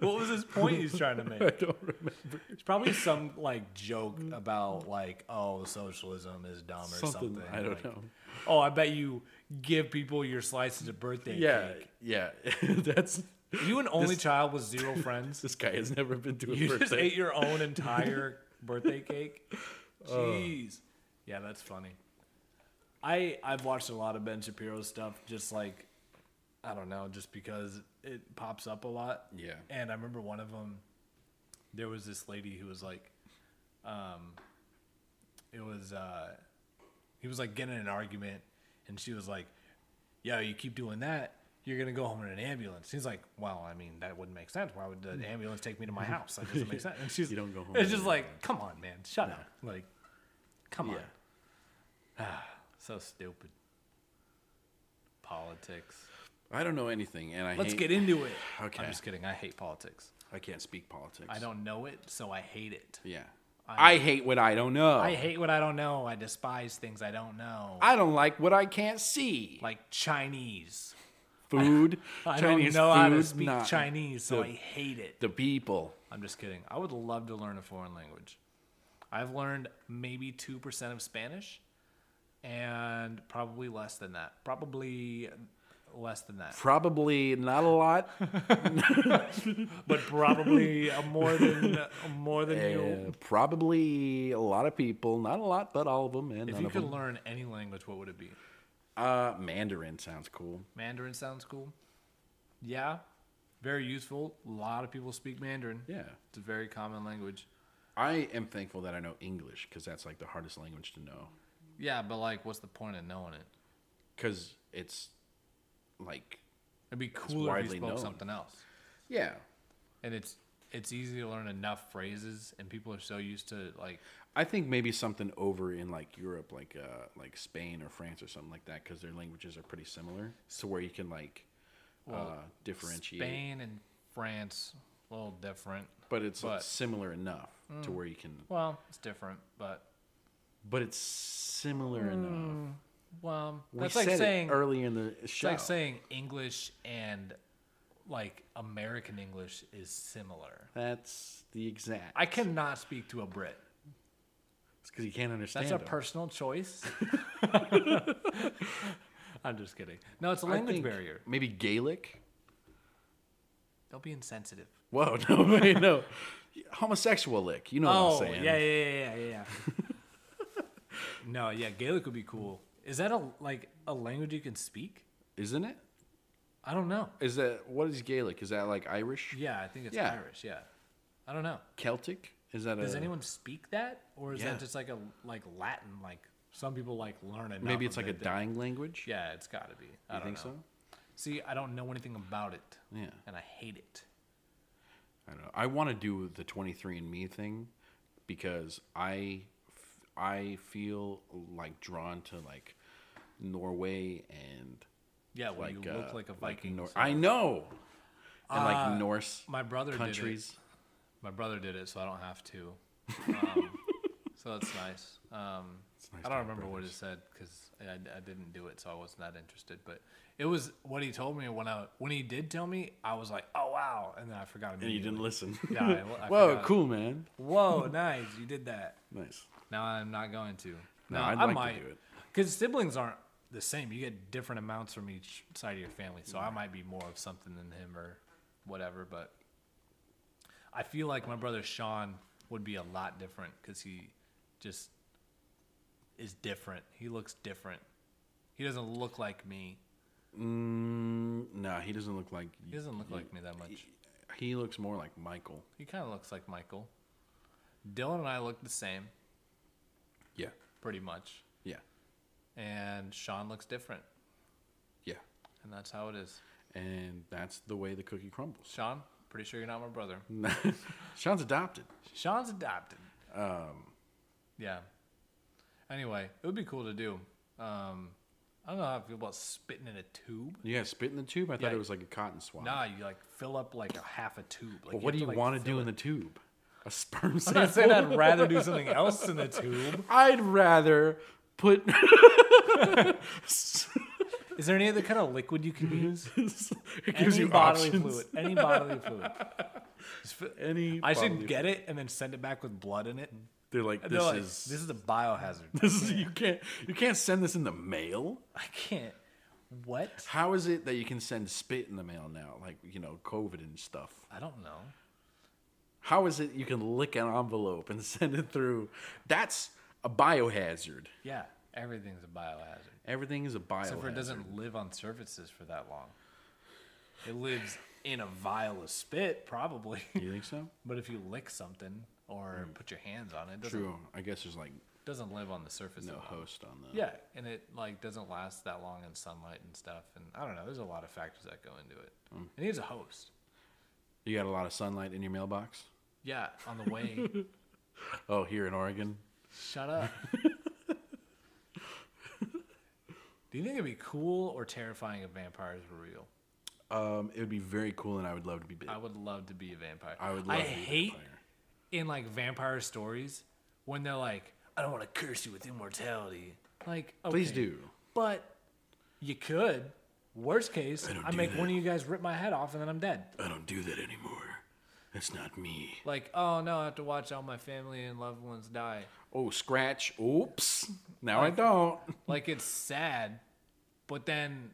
[SPEAKER 3] <laughs> what was his point he's trying to make?
[SPEAKER 1] I don't remember.
[SPEAKER 3] It's probably some like joke about like, oh, socialism is dumb or something.
[SPEAKER 1] Something, I don't
[SPEAKER 3] like,
[SPEAKER 1] know.
[SPEAKER 3] Oh, I bet you give people your slices of birthday
[SPEAKER 1] Yeah,
[SPEAKER 3] cake.
[SPEAKER 1] yeah. <laughs> That's
[SPEAKER 3] You an only child with zero friends.
[SPEAKER 1] this guy has never been to a
[SPEAKER 3] you just
[SPEAKER 1] birthday.
[SPEAKER 3] ate your
[SPEAKER 1] <laughs>
[SPEAKER 3] own entire birthday cake.
[SPEAKER 1] Oh.
[SPEAKER 3] Jeez. Yeah, that's funny. I I've watched a lot of Ben Shapiro's stuff just like I don't know, just because it pops up a lot.
[SPEAKER 1] Yeah.
[SPEAKER 3] And I remember one of them there was this lady who was like um it was uh he was like getting in an argument and she was like yo you keep doing that you're gonna go home in an ambulance he's like well i mean that wouldn't make sense why would the ambulance take me to my house that doesn't
[SPEAKER 1] <laughs>
[SPEAKER 3] make sense and she's
[SPEAKER 1] Mm. You don't go home
[SPEAKER 3] it's
[SPEAKER 1] in
[SPEAKER 3] just
[SPEAKER 1] an
[SPEAKER 3] like come on man shut up like come on Ah,
[SPEAKER 1] Yeah.
[SPEAKER 3] so stupid politics
[SPEAKER 1] I don't know anything, and I
[SPEAKER 3] let's
[SPEAKER 1] hate-
[SPEAKER 3] get into it
[SPEAKER 1] Okay.
[SPEAKER 3] i'm just kidding i hate politics
[SPEAKER 1] I can't speak politics.
[SPEAKER 3] i don't know it so i hate it
[SPEAKER 1] Yeah, I, hate what I don't know.
[SPEAKER 3] i hate what i don't know i despise things i don't know
[SPEAKER 1] I don't like what I can't see.
[SPEAKER 3] like chinese
[SPEAKER 1] food.
[SPEAKER 3] <laughs> I
[SPEAKER 1] Chinese
[SPEAKER 3] don't know how to
[SPEAKER 1] food,
[SPEAKER 3] speak
[SPEAKER 1] not
[SPEAKER 3] Chinese, so
[SPEAKER 1] the-
[SPEAKER 3] I hate it.
[SPEAKER 1] The people.
[SPEAKER 3] I'm just kidding. I would love to learn a foreign language. I've learned maybe 2% of Spanish and probably less than that. Probably less than that.
[SPEAKER 1] Probably not a lot.
[SPEAKER 3] <laughs>
[SPEAKER 1] <laughs>
[SPEAKER 3] But probably a more than a more than you.
[SPEAKER 1] Uh, probably a lot of people. Not a lot, but all of them. And
[SPEAKER 3] If
[SPEAKER 1] none
[SPEAKER 3] you
[SPEAKER 1] of
[SPEAKER 3] could
[SPEAKER 1] them.
[SPEAKER 3] learn any language, what would it be?
[SPEAKER 1] Uh, Mandarin sounds cool.
[SPEAKER 3] Mandarin sounds cool. Yeah. Very useful. A lot of people speak Mandarin.
[SPEAKER 1] Yeah.
[SPEAKER 3] It's a very common language.
[SPEAKER 1] I am thankful that I know English because that's like the hardest language to know.
[SPEAKER 3] Yeah, but like what's the point of knowing it?
[SPEAKER 1] Because it's like,
[SPEAKER 3] It'd be cooler if you
[SPEAKER 1] widely
[SPEAKER 3] spoke
[SPEAKER 1] known.
[SPEAKER 3] something else.
[SPEAKER 1] yeah.
[SPEAKER 3] And it's it's easy to learn enough phrases, and people are so used to like
[SPEAKER 1] I think maybe something over in like Europe, like uh, like Spain or France or something like that, because their languages are pretty similar. So where you can like uh, differentiate.
[SPEAKER 3] Spain and France, a little different.
[SPEAKER 1] but it's
[SPEAKER 3] But- Mm.
[SPEAKER 1] similar enough to where you can.
[SPEAKER 3] Well, it's different, but
[SPEAKER 1] But it's similar enough.
[SPEAKER 3] well,
[SPEAKER 1] We
[SPEAKER 3] Hmm. that's like
[SPEAKER 1] said
[SPEAKER 3] saying
[SPEAKER 1] it early in the
[SPEAKER 3] it's
[SPEAKER 1] show.
[SPEAKER 3] like saying English and like American English is similar.
[SPEAKER 1] That's the exact.
[SPEAKER 3] I cannot speak to a Brit.
[SPEAKER 1] It's because you can't understand.
[SPEAKER 3] That's a
[SPEAKER 1] them.
[SPEAKER 3] personal
[SPEAKER 1] <laughs>
[SPEAKER 3] choice. <laughs> I'm just kidding. No, it's a
[SPEAKER 1] I
[SPEAKER 3] language
[SPEAKER 1] think
[SPEAKER 3] barrier.
[SPEAKER 1] Maybe Gaelic.
[SPEAKER 3] Don't be insensitive.
[SPEAKER 1] Whoa, <laughs> no, wait,
[SPEAKER 3] <laughs>
[SPEAKER 1] no. Homosexual lick. You know what I'm
[SPEAKER 3] Oh,
[SPEAKER 1] saying?
[SPEAKER 3] yeah, yeah, yeah, yeah, yeah. yeah. <laughs> no, yeah, Gaelic would be cool. Is that a like a language you can speak?
[SPEAKER 1] Isn't it?
[SPEAKER 3] I don't know.
[SPEAKER 1] Is that what is Gaelic? Is that like Irish?
[SPEAKER 3] Yeah, I think it's
[SPEAKER 1] Yeah.
[SPEAKER 3] Irish. Yeah, I don't know.
[SPEAKER 1] Celtic? Is that
[SPEAKER 3] Does
[SPEAKER 1] a,
[SPEAKER 3] anyone speak that, or is
[SPEAKER 1] yeah.
[SPEAKER 3] that just like a like Latin? Like some people like learn it.
[SPEAKER 1] Maybe it's like a
[SPEAKER 3] dialect.
[SPEAKER 1] dying language.
[SPEAKER 3] Yeah, it's got to be. I
[SPEAKER 1] you
[SPEAKER 3] don't
[SPEAKER 1] think
[SPEAKER 3] know.
[SPEAKER 1] so?
[SPEAKER 3] See, I don't know anything about it.
[SPEAKER 1] Yeah.
[SPEAKER 3] and I hate it.
[SPEAKER 1] I don't know. I want to do the 23andMe thing because I, f- I feel like drawn to like Norway and
[SPEAKER 3] Yeah, well,
[SPEAKER 1] like
[SPEAKER 3] you look
[SPEAKER 1] uh,
[SPEAKER 3] like a Viking.
[SPEAKER 1] Nor-
[SPEAKER 3] so-
[SPEAKER 1] I know. And like Norse
[SPEAKER 3] my brother
[SPEAKER 1] countries.
[SPEAKER 3] did it. My brother did it, so I don't have to.
[SPEAKER 1] <laughs>
[SPEAKER 3] Um, so that's nice. Um,
[SPEAKER 1] nice
[SPEAKER 3] I
[SPEAKER 1] to
[SPEAKER 3] don't
[SPEAKER 1] have
[SPEAKER 3] remember what it said because I, I didn't do it, so I wasn't that interested. But it was what he told me when I when he did tell me, I was like, oh wow, and then I forgot.
[SPEAKER 1] And you
[SPEAKER 3] immediately.
[SPEAKER 1] didn't listen.
[SPEAKER 3] <laughs> Yeah,
[SPEAKER 1] <laughs>
[SPEAKER 3] I- I
[SPEAKER 1] Whoa,
[SPEAKER 3] forgot.
[SPEAKER 1] cool man.
[SPEAKER 3] Whoa, <laughs> nice, you did that.
[SPEAKER 1] Nice.
[SPEAKER 3] Now I'm not going to.
[SPEAKER 1] No, I'd like to do it.
[SPEAKER 3] Because siblings aren't the same. You get different amounts from each side of your family. So I might be more of something than him or whatever. But I feel like my brother Sean would be a lot different because he just is different. He looks different. He doesn't look like me.
[SPEAKER 1] Mm, no, he doesn't look like.
[SPEAKER 3] He doesn't look like me that much.
[SPEAKER 1] He looks more like Michael.
[SPEAKER 3] He kind of looks like Michael. Dylan and I look the same,
[SPEAKER 1] Yeah.
[SPEAKER 3] pretty much.
[SPEAKER 1] Yeah.
[SPEAKER 3] And Sean looks different.
[SPEAKER 1] Yeah.
[SPEAKER 3] And that's how it is.
[SPEAKER 1] And that's the way the cookie crumbles. <laughs>
[SPEAKER 3] Sean, pretty sure you're not my brother.
[SPEAKER 1] Sean's adopted.
[SPEAKER 3] Sean's adopted. Um, yeah. Anyway, it would be cool to do. Um, I don't know how I feel about spitting in a tube.
[SPEAKER 1] Yeah, spit in the tube. I thought
[SPEAKER 3] Yeah.
[SPEAKER 1] it was like a cotton swab.
[SPEAKER 3] Nah, you like fill up like a half a tube. Like,
[SPEAKER 1] but what do you
[SPEAKER 3] have
[SPEAKER 1] want
[SPEAKER 3] <laughs> like,
[SPEAKER 1] to do in the tube? A sperm
[SPEAKER 3] <laughs> I'm
[SPEAKER 1] sample.
[SPEAKER 3] not saying I'd rather do something else in the tube.
[SPEAKER 1] I'd rather put
[SPEAKER 3] <laughs>
[SPEAKER 1] <laughs>
[SPEAKER 3] Is there any other kind of liquid you can <laughs> use?
[SPEAKER 1] it
[SPEAKER 3] Mm-hmm. any
[SPEAKER 1] gives you
[SPEAKER 3] bodily
[SPEAKER 1] options.
[SPEAKER 3] fluid. Any bodily <laughs> fluid.
[SPEAKER 1] Any
[SPEAKER 3] I
[SPEAKER 1] bodily-
[SPEAKER 3] should get it and then send it back with blood in it.
[SPEAKER 1] They're like
[SPEAKER 3] And
[SPEAKER 1] this
[SPEAKER 3] they're like,
[SPEAKER 1] is <laughs>
[SPEAKER 3] this is a <laughs> biohazard.
[SPEAKER 1] this is you can't you can't send this in the mail.
[SPEAKER 3] I can't. What?
[SPEAKER 1] How is it that you can send spit in the mail now? Like, you know, COVID and stuff.
[SPEAKER 3] I don't know.
[SPEAKER 1] How is it you can lick an envelope and <laughs> send it through? That's a biohazard.
[SPEAKER 3] Yeah, everything's a biohazard.
[SPEAKER 1] Everything is a biohazard.
[SPEAKER 3] Except for it doesn't live on surfaces for that long. It lives in a vial of
[SPEAKER 1] <laughs>
[SPEAKER 3] spit, probably. <laughs>
[SPEAKER 1] You think so?
[SPEAKER 3] but if you lick something or put your hands on it, it doesn't,
[SPEAKER 1] Hmm. True. I guess there's like
[SPEAKER 3] doesn't live on the surface.
[SPEAKER 1] no
[SPEAKER 3] that long.
[SPEAKER 1] host on the.
[SPEAKER 3] Yeah, and it like doesn't last that long in sunlight and stuff. And I don't know. There's a lot of factors that go into it.
[SPEAKER 1] Hmm.
[SPEAKER 3] It needs a host.
[SPEAKER 1] You got a lot of sunlight in your mailbox?
[SPEAKER 3] Yeah, on the
[SPEAKER 1] <laughs>
[SPEAKER 3] way.
[SPEAKER 1] Oh, here in Oregon?
[SPEAKER 3] Shut
[SPEAKER 1] <laughs>
[SPEAKER 3] up. Do you think it'd be cool or terrifying if vampires were real?
[SPEAKER 1] Um, it would be very cool and I would love to be big.
[SPEAKER 3] I would love to be a vampire.
[SPEAKER 1] I would love
[SPEAKER 3] I
[SPEAKER 1] to be a
[SPEAKER 3] hate
[SPEAKER 1] vampire.
[SPEAKER 3] in like vampire stories when they're like, "I don't want to curse you with immortality." Like, okay,
[SPEAKER 1] Please do.
[SPEAKER 3] But you could. Worst case, I,
[SPEAKER 1] do
[SPEAKER 3] make
[SPEAKER 1] that.
[SPEAKER 3] one of you guys rip my head off and then I'm dead.
[SPEAKER 1] I don't do that anymore. That's not me.
[SPEAKER 3] Like, oh no, I have to watch all my family and loved ones die.
[SPEAKER 1] Oh, scratch. Oops. Now I don't.
[SPEAKER 3] Like it's sad, but then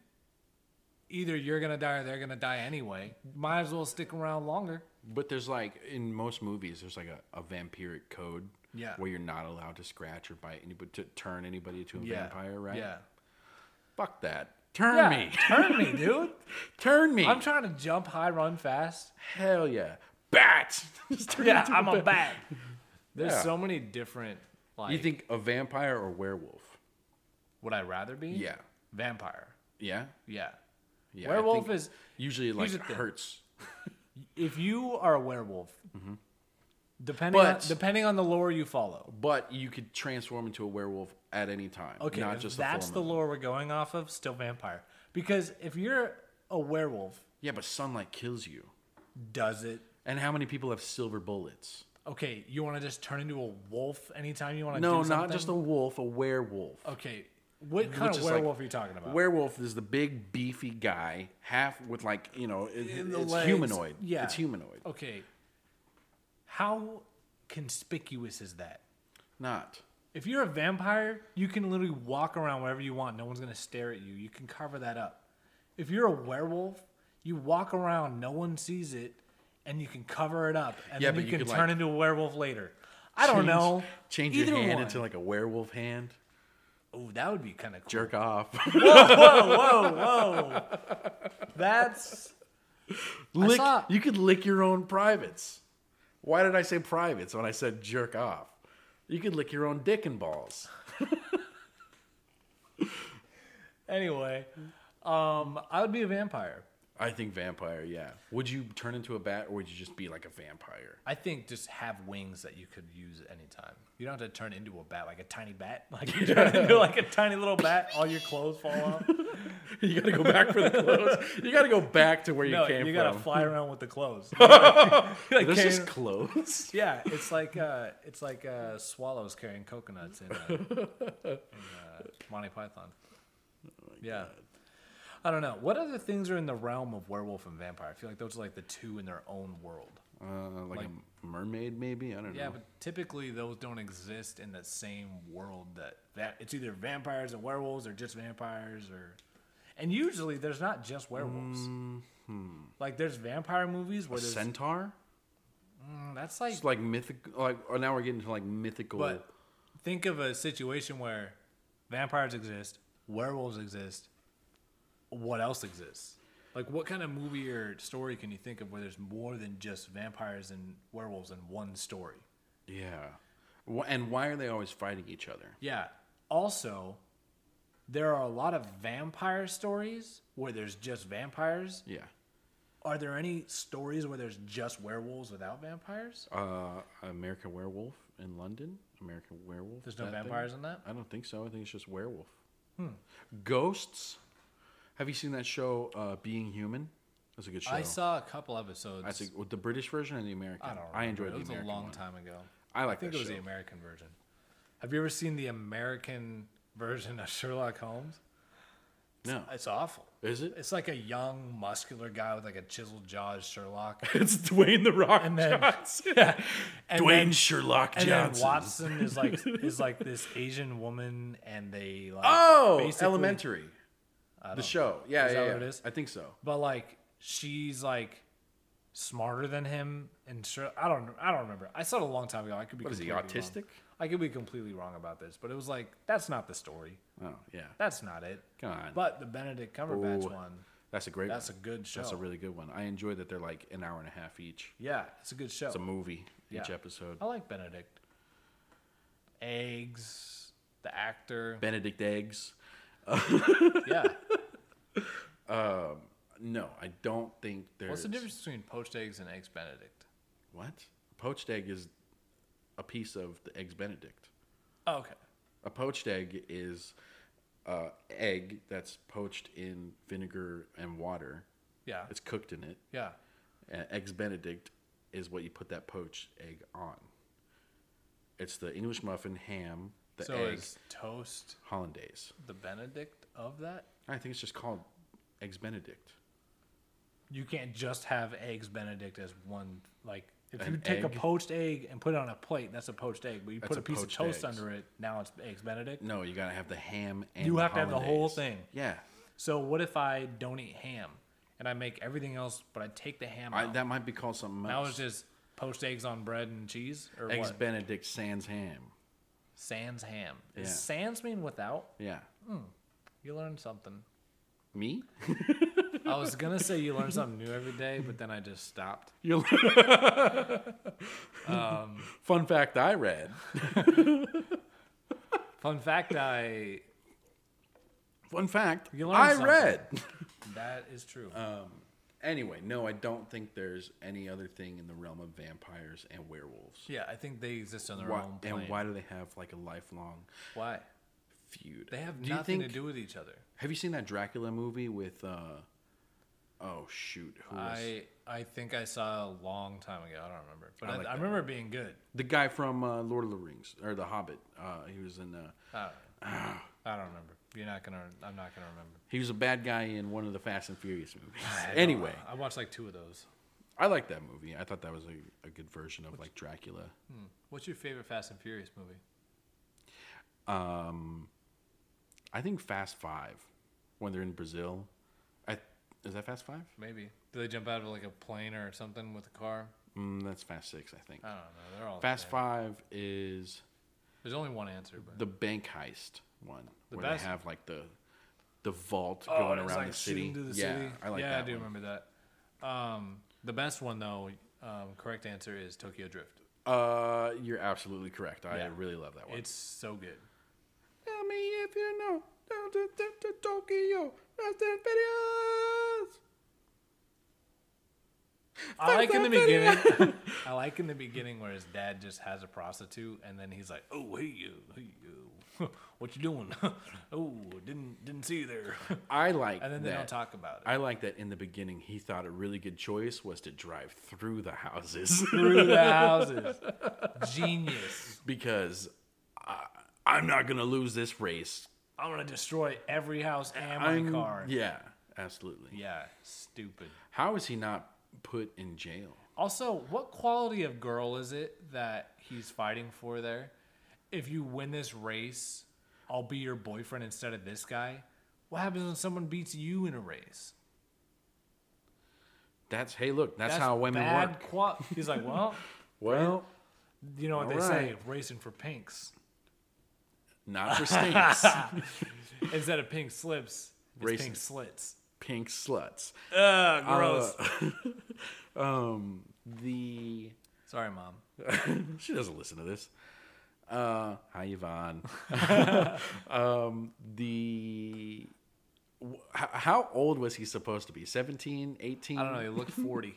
[SPEAKER 3] either you're gonna die or they're gonna die anyway. Might as well stick around longer.
[SPEAKER 1] But there's like in most movies, there's like a, a vampiric code.
[SPEAKER 3] Yeah.
[SPEAKER 1] Where you're not allowed to scratch or bite anybody to turn anybody into a vampire, right?
[SPEAKER 3] Yeah.
[SPEAKER 1] Fuck that. Turn
[SPEAKER 3] yeah.
[SPEAKER 1] me. <laughs>
[SPEAKER 3] Turn me, dude.
[SPEAKER 1] Turn me.
[SPEAKER 3] I'm trying to jump high, run fast.
[SPEAKER 1] Hell yeah. Bat. <laughs> Just turn
[SPEAKER 3] <laughs> Yeah,
[SPEAKER 1] into
[SPEAKER 3] I'm <laughs> a bat. There's
[SPEAKER 1] Yeah.
[SPEAKER 3] so many different. Like,
[SPEAKER 1] You think a vampire or werewolf?
[SPEAKER 3] would I rather be?
[SPEAKER 1] Yeah.
[SPEAKER 3] Vampire.
[SPEAKER 1] Yeah.
[SPEAKER 3] Yeah.
[SPEAKER 1] Yeah. I
[SPEAKER 3] werewolf
[SPEAKER 1] think
[SPEAKER 3] is
[SPEAKER 1] usually like
[SPEAKER 3] the thing.
[SPEAKER 1] hurts.
[SPEAKER 3] if you are a werewolf.
[SPEAKER 1] Mm-hmm.
[SPEAKER 3] Depending
[SPEAKER 1] But-
[SPEAKER 3] on, depending on the lore you follow.
[SPEAKER 1] But you could transform into a werewolf at any time.
[SPEAKER 3] Okay,
[SPEAKER 1] Not
[SPEAKER 3] if
[SPEAKER 1] just
[SPEAKER 3] that's
[SPEAKER 1] a
[SPEAKER 3] the
[SPEAKER 1] full moon.
[SPEAKER 3] lore we're going off of. Still vampire, because if you're a werewolf,
[SPEAKER 1] Yeah, but sunlight kills you.
[SPEAKER 3] does it?
[SPEAKER 1] And how many people have silver bullets?
[SPEAKER 3] Okay, you want to just turn into a wolf anytime you want to.
[SPEAKER 1] No,
[SPEAKER 3] do
[SPEAKER 1] not just a wolf, a werewolf.
[SPEAKER 3] Okay, What kind
[SPEAKER 1] Which
[SPEAKER 3] of
[SPEAKER 1] is, like,
[SPEAKER 3] werewolf are you talking about?
[SPEAKER 1] Werewolf is the big beefy guy, half with like you know, it,
[SPEAKER 3] In the
[SPEAKER 1] it's
[SPEAKER 3] legs.
[SPEAKER 1] humanoid.
[SPEAKER 3] Yeah.
[SPEAKER 1] it's humanoid.
[SPEAKER 3] Okay. How conspicuous is that?
[SPEAKER 1] Not.
[SPEAKER 3] If you're a vampire, you can literally walk around wherever you want. No one's going to stare at you. You can cover that up. If you're a werewolf, you walk around, no one sees it, and you can cover it up. And
[SPEAKER 1] Yeah,
[SPEAKER 3] then
[SPEAKER 1] but
[SPEAKER 3] you,
[SPEAKER 1] you
[SPEAKER 3] can
[SPEAKER 1] could,
[SPEAKER 3] turn
[SPEAKER 1] like,
[SPEAKER 3] into a werewolf later. I don't
[SPEAKER 1] Change-
[SPEAKER 3] know.
[SPEAKER 1] Change
[SPEAKER 3] Either
[SPEAKER 1] your hand
[SPEAKER 3] one.
[SPEAKER 1] into like a werewolf hand.
[SPEAKER 3] Oh, that would be kind of cool.
[SPEAKER 1] Jerk off. <laughs>
[SPEAKER 3] Whoa, whoa, whoa. That's.
[SPEAKER 1] lick.
[SPEAKER 3] saw-
[SPEAKER 1] You could lick your own privates. Why did I say privates when I said jerk off? You could lick your own dick and balls.
[SPEAKER 3] Anyway, um, I would be a vampire.
[SPEAKER 1] I think vampire. Yeah. Would you turn into a bat or would you just be like a vampire?
[SPEAKER 3] I think just have wings that you could use at any time. You don't have to turn into a bat, like a tiny bat. <laughs> Like you turn into like a tiny little bat, all your clothes fall off.
[SPEAKER 1] <laughs> <laughs> You gotta go back for the clothes. You gotta go back to where you
[SPEAKER 3] No,
[SPEAKER 1] came
[SPEAKER 3] you gotta
[SPEAKER 1] from.
[SPEAKER 3] fly around with
[SPEAKER 1] <laughs>
[SPEAKER 3] the clothes. <laughs>
[SPEAKER 1] Like, This
[SPEAKER 3] came-
[SPEAKER 1] is <laughs> clothes.
[SPEAKER 3] yeah, it's like uh, it's like uh, swallows carrying coconuts in, uh,
[SPEAKER 1] <laughs>
[SPEAKER 3] in uh, Monty Python. yeah, I don't know. What other things are in the realm of werewolf and vampire? I feel like those are like the two in their own world.
[SPEAKER 1] Uh, like, a mermaid, maybe. I don't
[SPEAKER 3] Yeah,
[SPEAKER 1] know.
[SPEAKER 3] but typically those don't exist in the same world that that it's either vampires and werewolves or just vampires or and usually there's not just werewolves. Like there's vampire movies where there's
[SPEAKER 1] Centaur.
[SPEAKER 3] Mm, that's like
[SPEAKER 1] It's like mythic. Like oh, now we're getting to like mythical.
[SPEAKER 3] but think of a situation where vampires exist, werewolves exist, what else exists? Like what kind of movie or story can you think of where there's more than just vampires and werewolves in one story?
[SPEAKER 1] yeah. Wh- And why are they always fighting each other?
[SPEAKER 3] Yeah. Also, there are a lot of vampire stories where there's just vampires.
[SPEAKER 1] Yeah.
[SPEAKER 3] Are there any stories where there's just werewolves without vampires?
[SPEAKER 1] Uh, American Werewolf in London. American Werewolf.
[SPEAKER 3] There's no
[SPEAKER 1] that thing?
[SPEAKER 3] vampires in that? Hmm.
[SPEAKER 1] I don't think so. I think it's just werewolf. Ghosts. Have you seen that show, uh, Being Human? That's a good show.
[SPEAKER 3] I saw a couple episodes.
[SPEAKER 1] I think with the British version and the American.
[SPEAKER 3] I don't remember.
[SPEAKER 1] I enjoyed
[SPEAKER 3] it.
[SPEAKER 1] the
[SPEAKER 3] was
[SPEAKER 1] American
[SPEAKER 3] a long
[SPEAKER 1] one.
[SPEAKER 3] time ago.
[SPEAKER 1] I like
[SPEAKER 3] I think
[SPEAKER 1] that
[SPEAKER 3] it was
[SPEAKER 1] show.
[SPEAKER 3] the American version. Have you ever seen the American version of Sherlock Holmes?
[SPEAKER 1] No,
[SPEAKER 3] It's awful.
[SPEAKER 1] is
[SPEAKER 3] <laughs>
[SPEAKER 1] it?
[SPEAKER 3] It's like a young, muscular guy with like a chiseled jaw
[SPEAKER 1] <laughs>
[SPEAKER 3] as Sherlock.
[SPEAKER 1] It's Dwayne the Rock
[SPEAKER 3] then-
[SPEAKER 1] Johnson.
[SPEAKER 3] <laughs> And
[SPEAKER 1] Dwayne
[SPEAKER 3] then-
[SPEAKER 1] Sherlock
[SPEAKER 3] and
[SPEAKER 1] Johnson.
[SPEAKER 3] then Watson
[SPEAKER 1] <laughs>
[SPEAKER 3] is like is like this Asian woman, and they like
[SPEAKER 1] Oh,
[SPEAKER 3] basically-
[SPEAKER 1] Elementary. The show. Yeah,
[SPEAKER 3] Is
[SPEAKER 1] yeah,
[SPEAKER 3] that
[SPEAKER 1] yeah.
[SPEAKER 3] what it is?
[SPEAKER 1] I think so.
[SPEAKER 3] but like she's like smarter than him, and sure, I don't I don't remember. I saw it a long time ago. I could be
[SPEAKER 1] What is he,
[SPEAKER 3] completely
[SPEAKER 1] autistic?
[SPEAKER 3] wrong. I could be completely wrong about this, but it was like that's not the story.
[SPEAKER 1] Oh, yeah.
[SPEAKER 3] That's not it.
[SPEAKER 1] Come on.
[SPEAKER 3] But the Benedict Cumberbatch
[SPEAKER 1] Ooh.
[SPEAKER 3] one,
[SPEAKER 1] That's a great
[SPEAKER 3] that's a
[SPEAKER 1] one.
[SPEAKER 3] good show.
[SPEAKER 1] That's a really good one. I enjoy that they're like an hour and a half each.
[SPEAKER 3] yeah, it's a good show.
[SPEAKER 1] It's a movie each
[SPEAKER 3] Yeah. Oh.
[SPEAKER 1] episode.
[SPEAKER 3] I like Benedict. Eggs, the actor.
[SPEAKER 1] Benedict Eggs. <laughs>
[SPEAKER 3] yeah.
[SPEAKER 1] No, I don't think there's.
[SPEAKER 3] What's the difference between poached eggs and eggs Benedict?
[SPEAKER 1] What? Poached egg is a piece of the Eggs Benedict.
[SPEAKER 3] Oh, okay.
[SPEAKER 1] A poached egg is uh, egg that's poached in vinegar and water.
[SPEAKER 3] Yeah.
[SPEAKER 1] It's cooked in it.
[SPEAKER 3] yeah.
[SPEAKER 1] Uh, eggs Benedict is what you put that poached egg on. It's the English muffin, ham, the
[SPEAKER 3] so
[SPEAKER 1] egg,
[SPEAKER 3] is toast
[SPEAKER 1] hollandaise.
[SPEAKER 3] the Benedict of that?
[SPEAKER 1] I think it's just called Eggs Benedict.
[SPEAKER 3] You can't just have eggs Benedict as one like if
[SPEAKER 1] An
[SPEAKER 3] you take
[SPEAKER 1] egg?
[SPEAKER 3] a poached egg and put it on a plate, that's a poached egg. But you
[SPEAKER 1] That's
[SPEAKER 3] put
[SPEAKER 1] a
[SPEAKER 3] a piece of
[SPEAKER 1] poached
[SPEAKER 3] toast
[SPEAKER 1] eggs.
[SPEAKER 3] under it, now it's eggs Benedict.
[SPEAKER 1] No, you gotta have the ham and
[SPEAKER 3] You
[SPEAKER 1] the
[SPEAKER 3] have to have the whole
[SPEAKER 1] hollandaise.
[SPEAKER 3] thing.
[SPEAKER 1] Yeah,
[SPEAKER 3] So what if I don't eat ham and I make everything else, but I take the ham
[SPEAKER 1] I,
[SPEAKER 3] out?
[SPEAKER 1] that might be called something
[SPEAKER 3] now
[SPEAKER 1] else.
[SPEAKER 3] it's just poached eggs on bread and cheese or
[SPEAKER 1] Eggs
[SPEAKER 3] what?
[SPEAKER 1] Benedict sans ham.
[SPEAKER 3] sans ham.
[SPEAKER 1] Yeah.
[SPEAKER 3] Does sans mean without?
[SPEAKER 1] Yeah,
[SPEAKER 3] You learn something.
[SPEAKER 1] me.
[SPEAKER 3] I was gonna say you learn something new every day, but then I just stopped.
[SPEAKER 1] You'll... <laughs> Fun fact I read.
[SPEAKER 3] Fun fact, I
[SPEAKER 1] Fun fact
[SPEAKER 3] You learn
[SPEAKER 1] I
[SPEAKER 3] something.
[SPEAKER 1] read. <laughs>
[SPEAKER 3] that is true.
[SPEAKER 1] Uh, Anyway, no, I don't think there's any other thing in the realm of vampires and werewolves.
[SPEAKER 3] yeah, I think they exist on their
[SPEAKER 1] Why,
[SPEAKER 3] own plane.
[SPEAKER 1] and why do they have like a lifelong
[SPEAKER 3] Why?
[SPEAKER 1] feud?
[SPEAKER 3] They have
[SPEAKER 1] Do you
[SPEAKER 3] nothing
[SPEAKER 1] think-
[SPEAKER 3] to do with each other.
[SPEAKER 1] Have you seen that Dracula movie with? uh Oh shoot, who was
[SPEAKER 3] I I think I saw a long time ago. I don't remember, but
[SPEAKER 1] I
[SPEAKER 3] I,
[SPEAKER 1] like
[SPEAKER 3] I,
[SPEAKER 1] that
[SPEAKER 3] remember it being good.
[SPEAKER 1] the guy from uh, Lord of the Rings or The Hobbit? Uh, he was in. Uh,
[SPEAKER 3] I don't, know. I don't remember. You're not gonna. I'm not gonna remember.
[SPEAKER 1] He was a bad guy in one of the Fast and Furious movies.
[SPEAKER 3] I don't-
[SPEAKER 1] anyway,
[SPEAKER 3] I watched like two of those.
[SPEAKER 1] I like that movie. I thought that was a, a good version of like Dracula.
[SPEAKER 3] Hmm. What's your favorite Fast and Furious movie?
[SPEAKER 1] I think Fast Five, when they're in Brazil. I, is that Fast Five?
[SPEAKER 3] Maybe do they jump out of like a plane or something with a car?
[SPEAKER 1] Mm, that's Fast Six, I think.
[SPEAKER 3] I don't know. They're all
[SPEAKER 1] Fast
[SPEAKER 3] the same.
[SPEAKER 1] Five is
[SPEAKER 3] There's only one answer, but
[SPEAKER 1] the bank heist one,
[SPEAKER 3] The
[SPEAKER 1] where
[SPEAKER 3] best-
[SPEAKER 1] they have like the the vault
[SPEAKER 3] Oh,
[SPEAKER 1] going
[SPEAKER 3] and it's,
[SPEAKER 1] around
[SPEAKER 3] like,
[SPEAKER 1] the city.
[SPEAKER 3] shooting to the
[SPEAKER 1] yeah,
[SPEAKER 3] city.
[SPEAKER 1] I like
[SPEAKER 3] yeah,
[SPEAKER 1] that.
[SPEAKER 3] I do
[SPEAKER 1] one.
[SPEAKER 3] remember that. Um, the best one though, um, correct answer is Tokyo Drift.
[SPEAKER 1] Uh, you're absolutely correct. I
[SPEAKER 3] Yeah.
[SPEAKER 1] really love that one.
[SPEAKER 3] It's so good.
[SPEAKER 1] Tell me if you know. down to- to- to Tokyo, Fast and Furious.
[SPEAKER 3] I like in the
[SPEAKER 1] Fuck that
[SPEAKER 3] beginning. I like in the beginning where his dad just has a prostitute, and then he's like, "Oh, hey you, hey you, <laughs> what you doing? oh, didn't didn't see you there." <laughs>
[SPEAKER 1] I like
[SPEAKER 3] And then they
[SPEAKER 1] that.
[SPEAKER 3] don't talk about it. <laughs>
[SPEAKER 1] I like that in the beginning he thought a really good choice was to drive through the houses <laughs>
[SPEAKER 3] Through the houses, genius.
[SPEAKER 1] because I, I'm not gonna lose this race.
[SPEAKER 3] I'm gonna destroy every house and my
[SPEAKER 1] I'm,
[SPEAKER 3] car.
[SPEAKER 1] Yeah, absolutely.
[SPEAKER 3] yeah, stupid.
[SPEAKER 1] How is he not put in jail?
[SPEAKER 3] Also, what quality of girl is it that he's fighting for there? If you win this race, I'll be your boyfriend instead of this guy. What happens when someone beats you in a race?
[SPEAKER 1] That's hey, look, that's, how women work.
[SPEAKER 3] qua- he's like, well,
[SPEAKER 1] Well,
[SPEAKER 3] you know what
[SPEAKER 1] All
[SPEAKER 3] they say,
[SPEAKER 1] right.
[SPEAKER 3] racing for pinks
[SPEAKER 1] not for stinks.
[SPEAKER 3] <laughs> instead of pink slips, it's
[SPEAKER 1] Racing.
[SPEAKER 3] pink slits.
[SPEAKER 1] Pink sluts.
[SPEAKER 3] Ugh, gross.
[SPEAKER 1] Uh, Um, the
[SPEAKER 3] Sorry, mom.
[SPEAKER 1] <laughs> she doesn't listen to this. Uh, hi
[SPEAKER 3] <laughs>
[SPEAKER 1] Yvonne. um, the wh- h- how old was he supposed to be? 17, 18?
[SPEAKER 3] I don't know. He looked forty.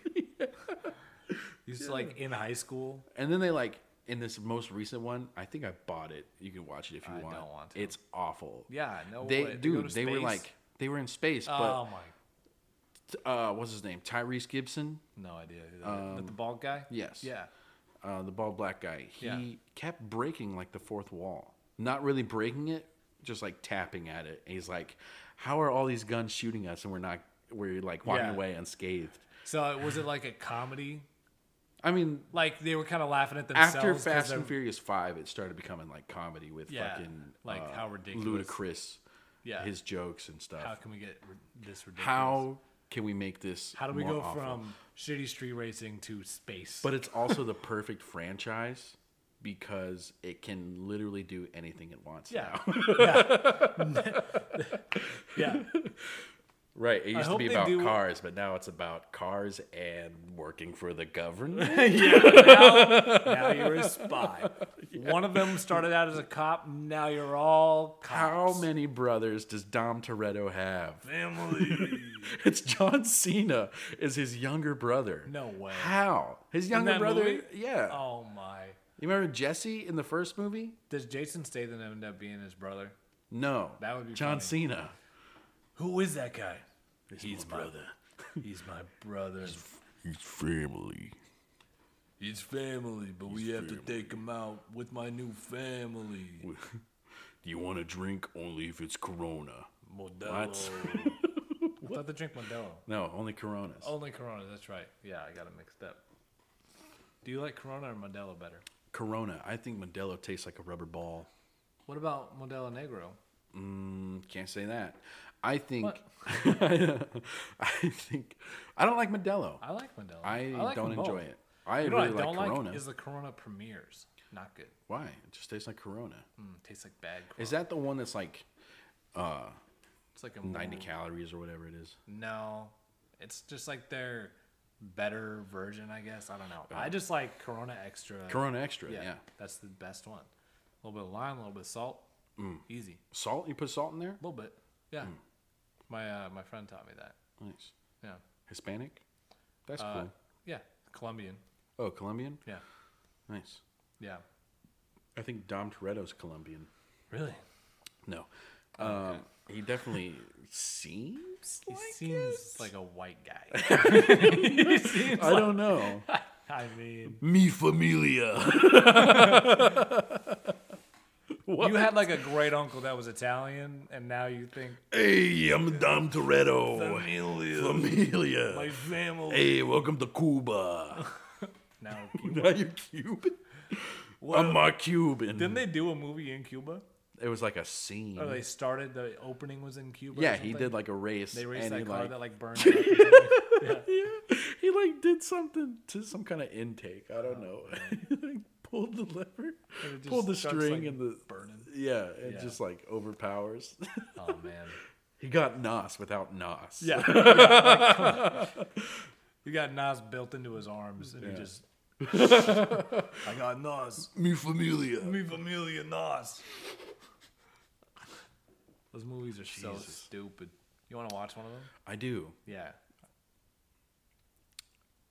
[SPEAKER 1] <laughs>
[SPEAKER 3] He's like in high school.
[SPEAKER 1] And then they like in this most recent one, I think I bought it. You can watch it if you
[SPEAKER 3] I
[SPEAKER 1] want.
[SPEAKER 3] don't want to.
[SPEAKER 1] It's awful.
[SPEAKER 3] Yeah, no
[SPEAKER 1] They
[SPEAKER 3] way. They go
[SPEAKER 1] dude,
[SPEAKER 3] to
[SPEAKER 1] they were
[SPEAKER 3] space?
[SPEAKER 1] like they were in space,
[SPEAKER 3] oh my, Oh.
[SPEAKER 1] but uh, what's his name? Tyrese Gibson,
[SPEAKER 3] no idea. who that is. But the bald guy.
[SPEAKER 1] Um, yes.
[SPEAKER 3] Yeah.
[SPEAKER 1] uh, the bald black guy. He
[SPEAKER 3] Yeah.
[SPEAKER 1] kept breaking like the fourth wall, not really breaking it, just like tapping at it. And he's like, "How are all these guns shooting us and we're not? We're like walking
[SPEAKER 3] Yeah.
[SPEAKER 1] away unscathed."
[SPEAKER 3] So was it like a comedy?
[SPEAKER 1] I mean,
[SPEAKER 3] Like they were kind of laughing at themselves.
[SPEAKER 1] after
[SPEAKER 3] 'cause
[SPEAKER 1] Fast and
[SPEAKER 3] they're-
[SPEAKER 1] Furious Five, it started becoming like comedy with
[SPEAKER 3] Yeah,
[SPEAKER 1] fucking
[SPEAKER 3] like
[SPEAKER 1] uh,
[SPEAKER 3] how ridiculous.
[SPEAKER 1] ludicrous,
[SPEAKER 3] Yeah.
[SPEAKER 1] his jokes and stuff.
[SPEAKER 3] How
[SPEAKER 1] How,
[SPEAKER 3] can we get rid- this ridiculous?
[SPEAKER 1] can we make this?
[SPEAKER 3] How do we
[SPEAKER 1] more
[SPEAKER 3] go
[SPEAKER 1] awful?
[SPEAKER 3] from shitty street racing to space?
[SPEAKER 1] But it's also the perfect franchise because it can literally do anything it wants.
[SPEAKER 3] Yeah.
[SPEAKER 1] now.
[SPEAKER 3] <laughs> yeah.
[SPEAKER 1] Right. It used to
[SPEAKER 3] hope
[SPEAKER 1] be
[SPEAKER 3] they
[SPEAKER 1] about
[SPEAKER 3] do-
[SPEAKER 1] cars, but now it's about cars and working for the government.
[SPEAKER 3] Now you're a spy. One of them started out as a cop. Now you're all
[SPEAKER 1] <laughs> How
[SPEAKER 3] cops.
[SPEAKER 1] many brothers does Dom Toretto have? Family. it's John Cena is his younger brother.
[SPEAKER 3] No way.
[SPEAKER 1] How? His younger
[SPEAKER 3] that
[SPEAKER 1] brother?
[SPEAKER 3] movie?
[SPEAKER 1] Yeah.
[SPEAKER 3] <laughs> Oh my.
[SPEAKER 1] You remember Jesse in the first movie?
[SPEAKER 3] Does Jason Statham end up being his brother?
[SPEAKER 1] No.
[SPEAKER 3] That would be
[SPEAKER 1] John
[SPEAKER 3] funny.
[SPEAKER 1] Cena.
[SPEAKER 3] Who is that guy?
[SPEAKER 1] He's brother.
[SPEAKER 3] <laughs> He's my brother. He's,
[SPEAKER 1] He's family.
[SPEAKER 3] family, but we have to take him out with my new family.
[SPEAKER 1] Do you want to drink only if it's Corona? <laughs>
[SPEAKER 3] Modelo. I thought they drink Modelo.
[SPEAKER 1] No, only Coronas.
[SPEAKER 3] Only Corona. That's right. Yeah, I got it mixed up. Do you like Corona or Modelo better?
[SPEAKER 1] Corona. I think Modelo tastes like a rubber ball.
[SPEAKER 3] What about Modelo Negro?
[SPEAKER 1] Can't say that. <laughs> I think.
[SPEAKER 3] What?
[SPEAKER 1] I think. I don't like Modelo.
[SPEAKER 3] I like Modelo.
[SPEAKER 1] I,
[SPEAKER 3] like
[SPEAKER 1] don't
[SPEAKER 3] them both.
[SPEAKER 1] enjoy it. I
[SPEAKER 3] You know what
[SPEAKER 1] really
[SPEAKER 3] I
[SPEAKER 1] like
[SPEAKER 3] don't
[SPEAKER 1] Corona.
[SPEAKER 3] like is the Corona premieres. Not good.
[SPEAKER 1] Why? It just tastes like Corona.
[SPEAKER 3] Mm, tastes like bad. Corona.
[SPEAKER 1] Is that the one that's like
[SPEAKER 3] It's like a
[SPEAKER 1] 90
[SPEAKER 3] more-
[SPEAKER 1] calories or whatever it is?
[SPEAKER 3] No, it's just like their better version, I guess. I don't know. I just like Corona Extra.
[SPEAKER 1] Corona Extra, yeah.
[SPEAKER 3] that's the best one. A little bit of lime, a little bit of salt.
[SPEAKER 1] Mm.
[SPEAKER 3] Easy.
[SPEAKER 1] Salt? You put salt in there?
[SPEAKER 3] A little bit. Yeah.
[SPEAKER 1] Mm.
[SPEAKER 3] My uh, my friend taught me that.
[SPEAKER 1] Nice.
[SPEAKER 3] Yeah.
[SPEAKER 1] Hispanic? That's
[SPEAKER 3] Uh, Yeah. Colombian.
[SPEAKER 1] cool. Oh, Colombian?
[SPEAKER 3] Yeah.
[SPEAKER 1] Nice.
[SPEAKER 3] Yeah.
[SPEAKER 1] I think Dom Toretto's Colombian.
[SPEAKER 3] Really?
[SPEAKER 1] No. Um, he definitely seems
[SPEAKER 3] He
[SPEAKER 1] like
[SPEAKER 3] seems
[SPEAKER 1] it.
[SPEAKER 3] like a white
[SPEAKER 1] <laughs>
[SPEAKER 3] guy. <laughs>
[SPEAKER 1] I don't <laughs> know.
[SPEAKER 3] I mean,
[SPEAKER 1] Mi familia. What?
[SPEAKER 3] You had like a great uncle that was Italian, and now you think
[SPEAKER 1] hey, I'm Dom Toretto.
[SPEAKER 3] Familia.
[SPEAKER 1] Familia.
[SPEAKER 3] <laughs> my family.
[SPEAKER 1] Hey, welcome to Cuba.
[SPEAKER 3] Now,
[SPEAKER 1] <laughs> Now you're Cuban. I'm
[SPEAKER 3] Well,
[SPEAKER 1] a Cuban.
[SPEAKER 3] didn't they do a movie in Cuba?
[SPEAKER 1] it was like a scene.
[SPEAKER 3] Or Oh, they started the opening was in Cuba.
[SPEAKER 1] Mm-hmm.
[SPEAKER 3] or
[SPEAKER 1] yeah, he
[SPEAKER 3] something?
[SPEAKER 1] did like a race.
[SPEAKER 3] They raced
[SPEAKER 1] and
[SPEAKER 3] that
[SPEAKER 1] he,
[SPEAKER 3] car
[SPEAKER 1] like,
[SPEAKER 3] that
[SPEAKER 1] <laughs>
[SPEAKER 3] like burned. up or something.
[SPEAKER 1] yeah, he like did something to some kind of intake. I don't know. <laughs> He, like, pulled the lever,
[SPEAKER 3] Oh, And it
[SPEAKER 1] pulled the
[SPEAKER 3] just starts,
[SPEAKER 1] string,
[SPEAKER 3] like,
[SPEAKER 1] and the <laughs>
[SPEAKER 3] burning.
[SPEAKER 1] Yeah, it
[SPEAKER 3] Yeah.
[SPEAKER 1] just like overpowers. <laughs>
[SPEAKER 3] Oh man,
[SPEAKER 1] he got Nos without Nos. <laughs>
[SPEAKER 3] yeah. yeah like, come on. <laughs> he got Nas built into his arms, and he
[SPEAKER 1] Yeah. <laughs>
[SPEAKER 3] just. I got Nas.
[SPEAKER 1] mi familia.
[SPEAKER 3] Mi familia Nas. Those movies are so
[SPEAKER 1] Jesus.
[SPEAKER 3] stupid. You want to watch one of them?
[SPEAKER 1] I do.
[SPEAKER 3] Yeah.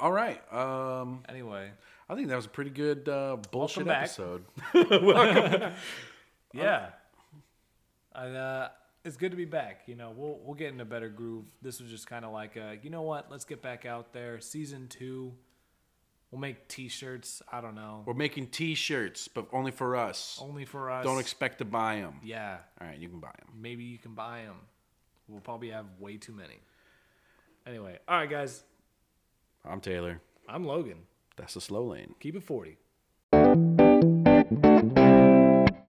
[SPEAKER 1] All right. Um,
[SPEAKER 3] Anyway.
[SPEAKER 1] I think that was a pretty good uh, bullshit
[SPEAKER 3] back.
[SPEAKER 1] episode.
[SPEAKER 3] Yeah. And, uh, it's good to be back. You know, we'll we'll get in a better groove. This was just kind of like, uh, you know what? Let's get back out there. Season two. We'll make T-shirts. I don't know.
[SPEAKER 1] We're making T-shirts, but only for us.
[SPEAKER 3] Only for us.
[SPEAKER 1] Don't expect to buy them.
[SPEAKER 3] Yeah.
[SPEAKER 1] All right, you can buy them.
[SPEAKER 3] Maybe you can buy them. We'll probably have way too many. Anyway, all right, guys.
[SPEAKER 1] I'm Taylor.
[SPEAKER 3] I'm Logan.
[SPEAKER 1] That's the slow lane.
[SPEAKER 3] Keep it forty.